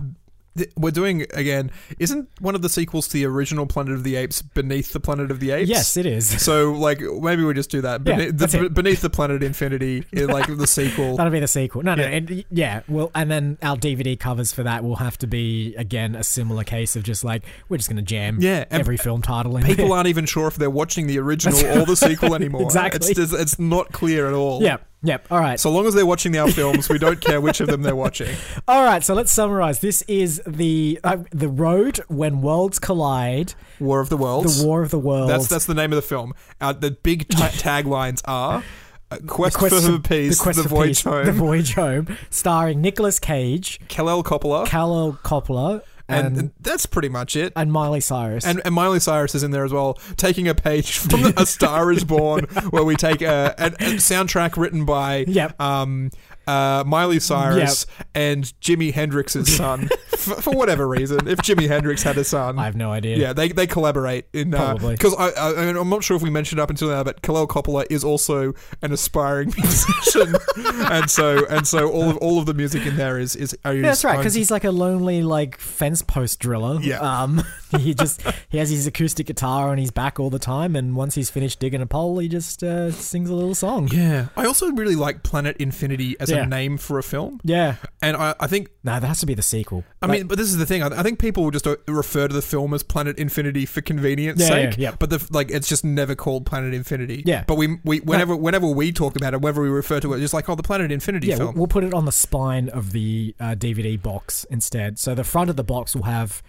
Speaker 1: Th- We're doing again. Isn't one of the sequels to the original Planet of the Apes beneath the Planet of the Apes?
Speaker 2: Yes, it is.
Speaker 1: So like maybe we just do that.
Speaker 2: Yeah,
Speaker 1: Bene-
Speaker 2: that's
Speaker 1: the,
Speaker 2: it.
Speaker 1: Beneath the Planet Infinity, i- like the sequel.
Speaker 2: That'll be the sequel. No, no,
Speaker 1: Yeah.
Speaker 2: and yeah. Well, and then our DVD covers for that will have to be again a similar case of just like we're just going to jam
Speaker 1: Yeah, and
Speaker 2: every film title. In
Speaker 1: People
Speaker 2: there.
Speaker 1: aren't even sure if they're watching the original or the sequel anymore.
Speaker 2: Exactly.
Speaker 1: It's, just, it's not clear at all.
Speaker 2: Yep, yep. All right,
Speaker 1: So long as they're watching our films, we don't care which of them they're watching.
Speaker 2: all right. So let's summarize. This is the uh, the road when worlds collide.
Speaker 1: War of the Worlds.
Speaker 2: The War of the Worlds.
Speaker 1: That's that's the name of the film. Uh, the big ta taglines are uh, Quest, for Peace, The,
Speaker 2: Quest for
Speaker 1: Voyage
Speaker 2: Peace,
Speaker 1: Home,
Speaker 2: The Voyage Home, starring Nicolas Cage,
Speaker 1: Kal-El Coppola,
Speaker 2: Kal-El Coppola,
Speaker 1: and,
Speaker 2: and and,
Speaker 1: that's pretty much it.
Speaker 2: Miley Cyrus.
Speaker 1: And, and Miley Cyrus is in there as well, taking a page from the A Star Is Born, where we take a, a, a soundtrack written by
Speaker 2: Yep.
Speaker 1: um, uh, Miley Cyrus and Jimi Hendrix's son, for, for whatever reason. If Jimi Hendrix had a son,
Speaker 2: I have no idea.
Speaker 1: yeah, they, they collaborate in
Speaker 2: Probably.
Speaker 1: because I, I, I mean, I'm not sure if we mentioned up until now, but Kalel Coppola is also an aspiring musician, and so and so all of all of the music in there is is are
Speaker 2: Yeah, that's right,
Speaker 1: own-
Speaker 2: because he's like a lonely like fence post driller.
Speaker 1: Yeah.
Speaker 2: Um, he just he has his acoustic guitar on his back all the time, and once he's finished digging a pole, he just uh, sings a little song.
Speaker 1: yeah. I also really like Planet Infinity as
Speaker 2: Yeah.
Speaker 1: a name for a film,
Speaker 2: Yeah.
Speaker 1: and I, I think
Speaker 2: No, that has to be the sequel.
Speaker 1: I mean, but this is the thing. I, I think people will just uh, refer to the film as Planet Infinity for convenience
Speaker 2: Yeah,
Speaker 1: sake.
Speaker 2: yeah, yeah.
Speaker 1: But the like, it's just never called Planet Infinity.
Speaker 2: Yeah.
Speaker 1: But we we whenever whenever we talk about it, whenever we refer to it, just like oh, the Planet Infinity
Speaker 2: yeah, we'll,
Speaker 1: film.
Speaker 2: we'll put it on the spine of the uh, DVD box instead. So the front of the box will have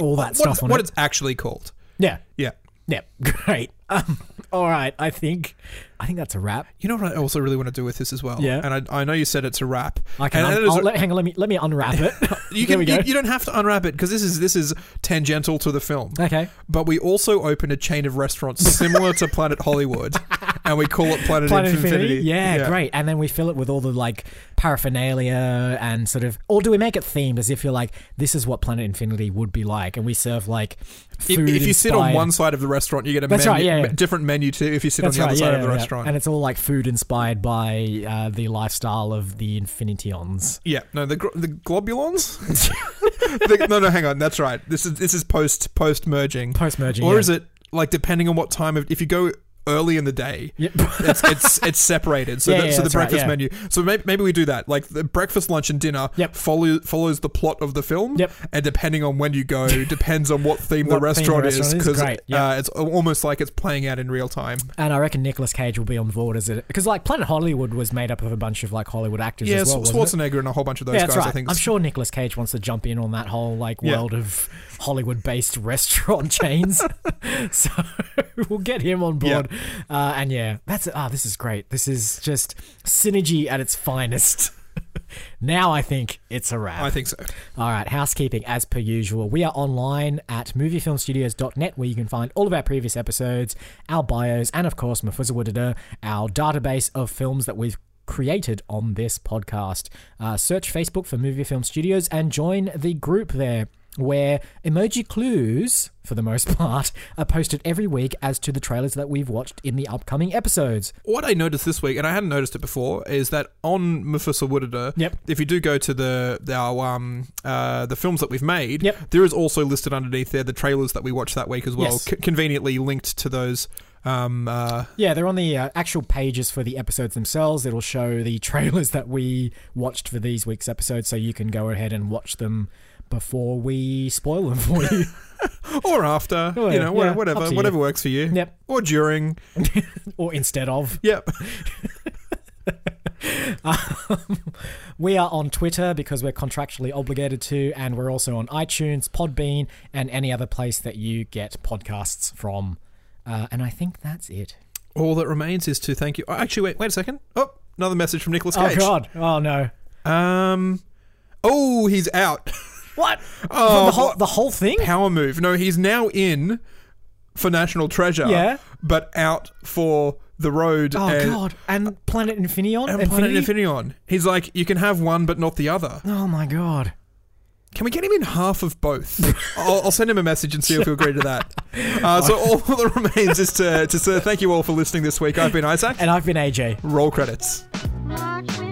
Speaker 2: all that
Speaker 1: What-
Speaker 2: stuff on
Speaker 1: what
Speaker 2: it.
Speaker 1: it's actually called.
Speaker 2: yeah.
Speaker 1: Yeah.
Speaker 2: Yeah. Great. Um, all right. I think I think that's a wrap.
Speaker 1: You know what I also really want to do with this as well?
Speaker 2: Yeah.
Speaker 1: And I, I know you said it's a wrap.
Speaker 2: I can.
Speaker 1: And
Speaker 2: un-
Speaker 1: it is
Speaker 2: I'll
Speaker 1: a-
Speaker 2: let, hang on. Let me let me unwrap it.
Speaker 1: you,
Speaker 2: There
Speaker 1: can,
Speaker 2: we go.
Speaker 1: you, you don't have to unwrap it because this is this is tangential to the film.
Speaker 2: okay.
Speaker 1: But we also opened a chain of restaurants similar to Planet Hollywood, and we call it Planet,
Speaker 2: Planet Infinity.
Speaker 1: Infinity.
Speaker 2: Yeah, great. And then we fill it with all the like paraphernalia and sort of, or do we make it themed as if you're like, this is what Planet Infinity would be like, and we serve like
Speaker 1: If,
Speaker 2: food.
Speaker 1: if you sit on
Speaker 2: inspired-
Speaker 1: one side of the restaurant, you get a
Speaker 2: That's
Speaker 1: menu,
Speaker 2: right, yeah, yeah.
Speaker 1: different menu to if you sit
Speaker 2: That's
Speaker 1: on the
Speaker 2: right,
Speaker 1: other
Speaker 2: yeah,
Speaker 1: side of the
Speaker 2: yeah, yeah.
Speaker 1: restaurant.
Speaker 2: and it's all like food inspired by uh, the lifestyle of the Infinitians.
Speaker 1: Yeah, no, the gro- the globulons. the, no, no, hang on, that's right. This is this is post post merging,
Speaker 2: Post merging,
Speaker 1: or
Speaker 2: yeah.
Speaker 1: is it like depending on what time of if you go early in the day,
Speaker 2: Yep.
Speaker 1: it's it's it's separated. So
Speaker 2: Yeah,
Speaker 1: that,
Speaker 2: yeah,
Speaker 1: so the
Speaker 2: that's right,
Speaker 1: breakfast
Speaker 2: yeah.
Speaker 1: menu. So maybe, maybe we do that. Like the breakfast, lunch, and dinner
Speaker 2: Yep.
Speaker 1: follow follows the plot of the film.
Speaker 2: Yep.
Speaker 1: And depending on when you go, depends on what theme
Speaker 2: What
Speaker 1: the
Speaker 2: theme the
Speaker 1: restaurant is
Speaker 2: restaurant is,
Speaker 1: because
Speaker 2: great, yeah.
Speaker 1: uh, it's al- almost like it's playing out in real time.
Speaker 2: And I reckon Nicolas Cage will be on board as it because like Planet Hollywood was made up of a bunch of like Hollywood actors
Speaker 1: Yeah,
Speaker 2: as well.
Speaker 1: Schwar-
Speaker 2: wasn't it?
Speaker 1: Schwarzenegger and a whole bunch of those
Speaker 2: yeah,
Speaker 1: guys.
Speaker 2: that's right.
Speaker 1: I think.
Speaker 2: am sure Nicolas Cage wants to jump in on that whole like
Speaker 1: Yeah.
Speaker 2: world of Hollywood-based restaurant chains. so we'll get him on board. Uh, and yeah, that's ah, this is great. This is just synergy at its finest. now I think it's a wrap.
Speaker 1: I think so.
Speaker 2: All right, housekeeping as per usual. We are online at moviefilmstudios.net where you can find all of our previous episodes, our bios, and of course, Mufuzawudada, our database of films that we've created on this podcast. Uh, search Facebook for Movie Film Studios and join the group there. where emoji clues, for the most part, are posted every week as to the trailers that we've watched in the upcoming episodes.
Speaker 1: What I noticed this week, and I hadn't noticed it before, is that on Mufasa Woodada,
Speaker 2: Yep.
Speaker 1: if you do go to the the, our um uh, the films that we've made,
Speaker 2: Yep.
Speaker 1: there is also listed underneath there the trailers that we watched that week as well,
Speaker 2: Yes.
Speaker 1: co- conveniently linked to those. Um, uh,
Speaker 2: Yeah, they're on the uh, actual pages for the episodes themselves. It'll show the trailers that we watched for these week's episodes, so you can go ahead and watch them before we spoil them for you.
Speaker 1: or after,
Speaker 2: Oh,
Speaker 1: you
Speaker 2: yeah,
Speaker 1: know, wha-
Speaker 2: yeah,
Speaker 1: whatever,
Speaker 2: up to you.
Speaker 1: whatever works for you,
Speaker 2: yep.
Speaker 1: or during.
Speaker 2: Or instead of.
Speaker 1: Yep.
Speaker 2: We are on Twitter because we're contractually obligated to, and we're also on iTunes, Podbean, and any other place that you get podcasts from. Uh, and I think that's it.
Speaker 1: All that remains is to thank you. oh, actually, wait, wait a second. Oh, another message from Nicholas
Speaker 2: Oh,
Speaker 1: Cage.
Speaker 2: God. Oh, no.
Speaker 1: Um, oh, he's out.
Speaker 2: What?
Speaker 1: Oh,
Speaker 2: the, whole,
Speaker 1: what-
Speaker 2: the whole thing?
Speaker 1: power move. No, he's now in for National Treasure.
Speaker 2: Yeah.
Speaker 1: but out for the road.
Speaker 2: Oh,
Speaker 1: and,
Speaker 2: God. And Planet Infineon?
Speaker 1: And Planet
Speaker 2: Infinity?
Speaker 1: Infineon. He's like, you can have one, but not the other.
Speaker 2: Oh, my God.
Speaker 1: Can we get him in half of both? I'll, I'll send him a message and see if he'll agree to that. Uh, so all that remains is to, to say thank you all for listening this week. I've been Isaac.
Speaker 2: And I've been AJ.
Speaker 1: Roll credits.
Speaker 3: Watch me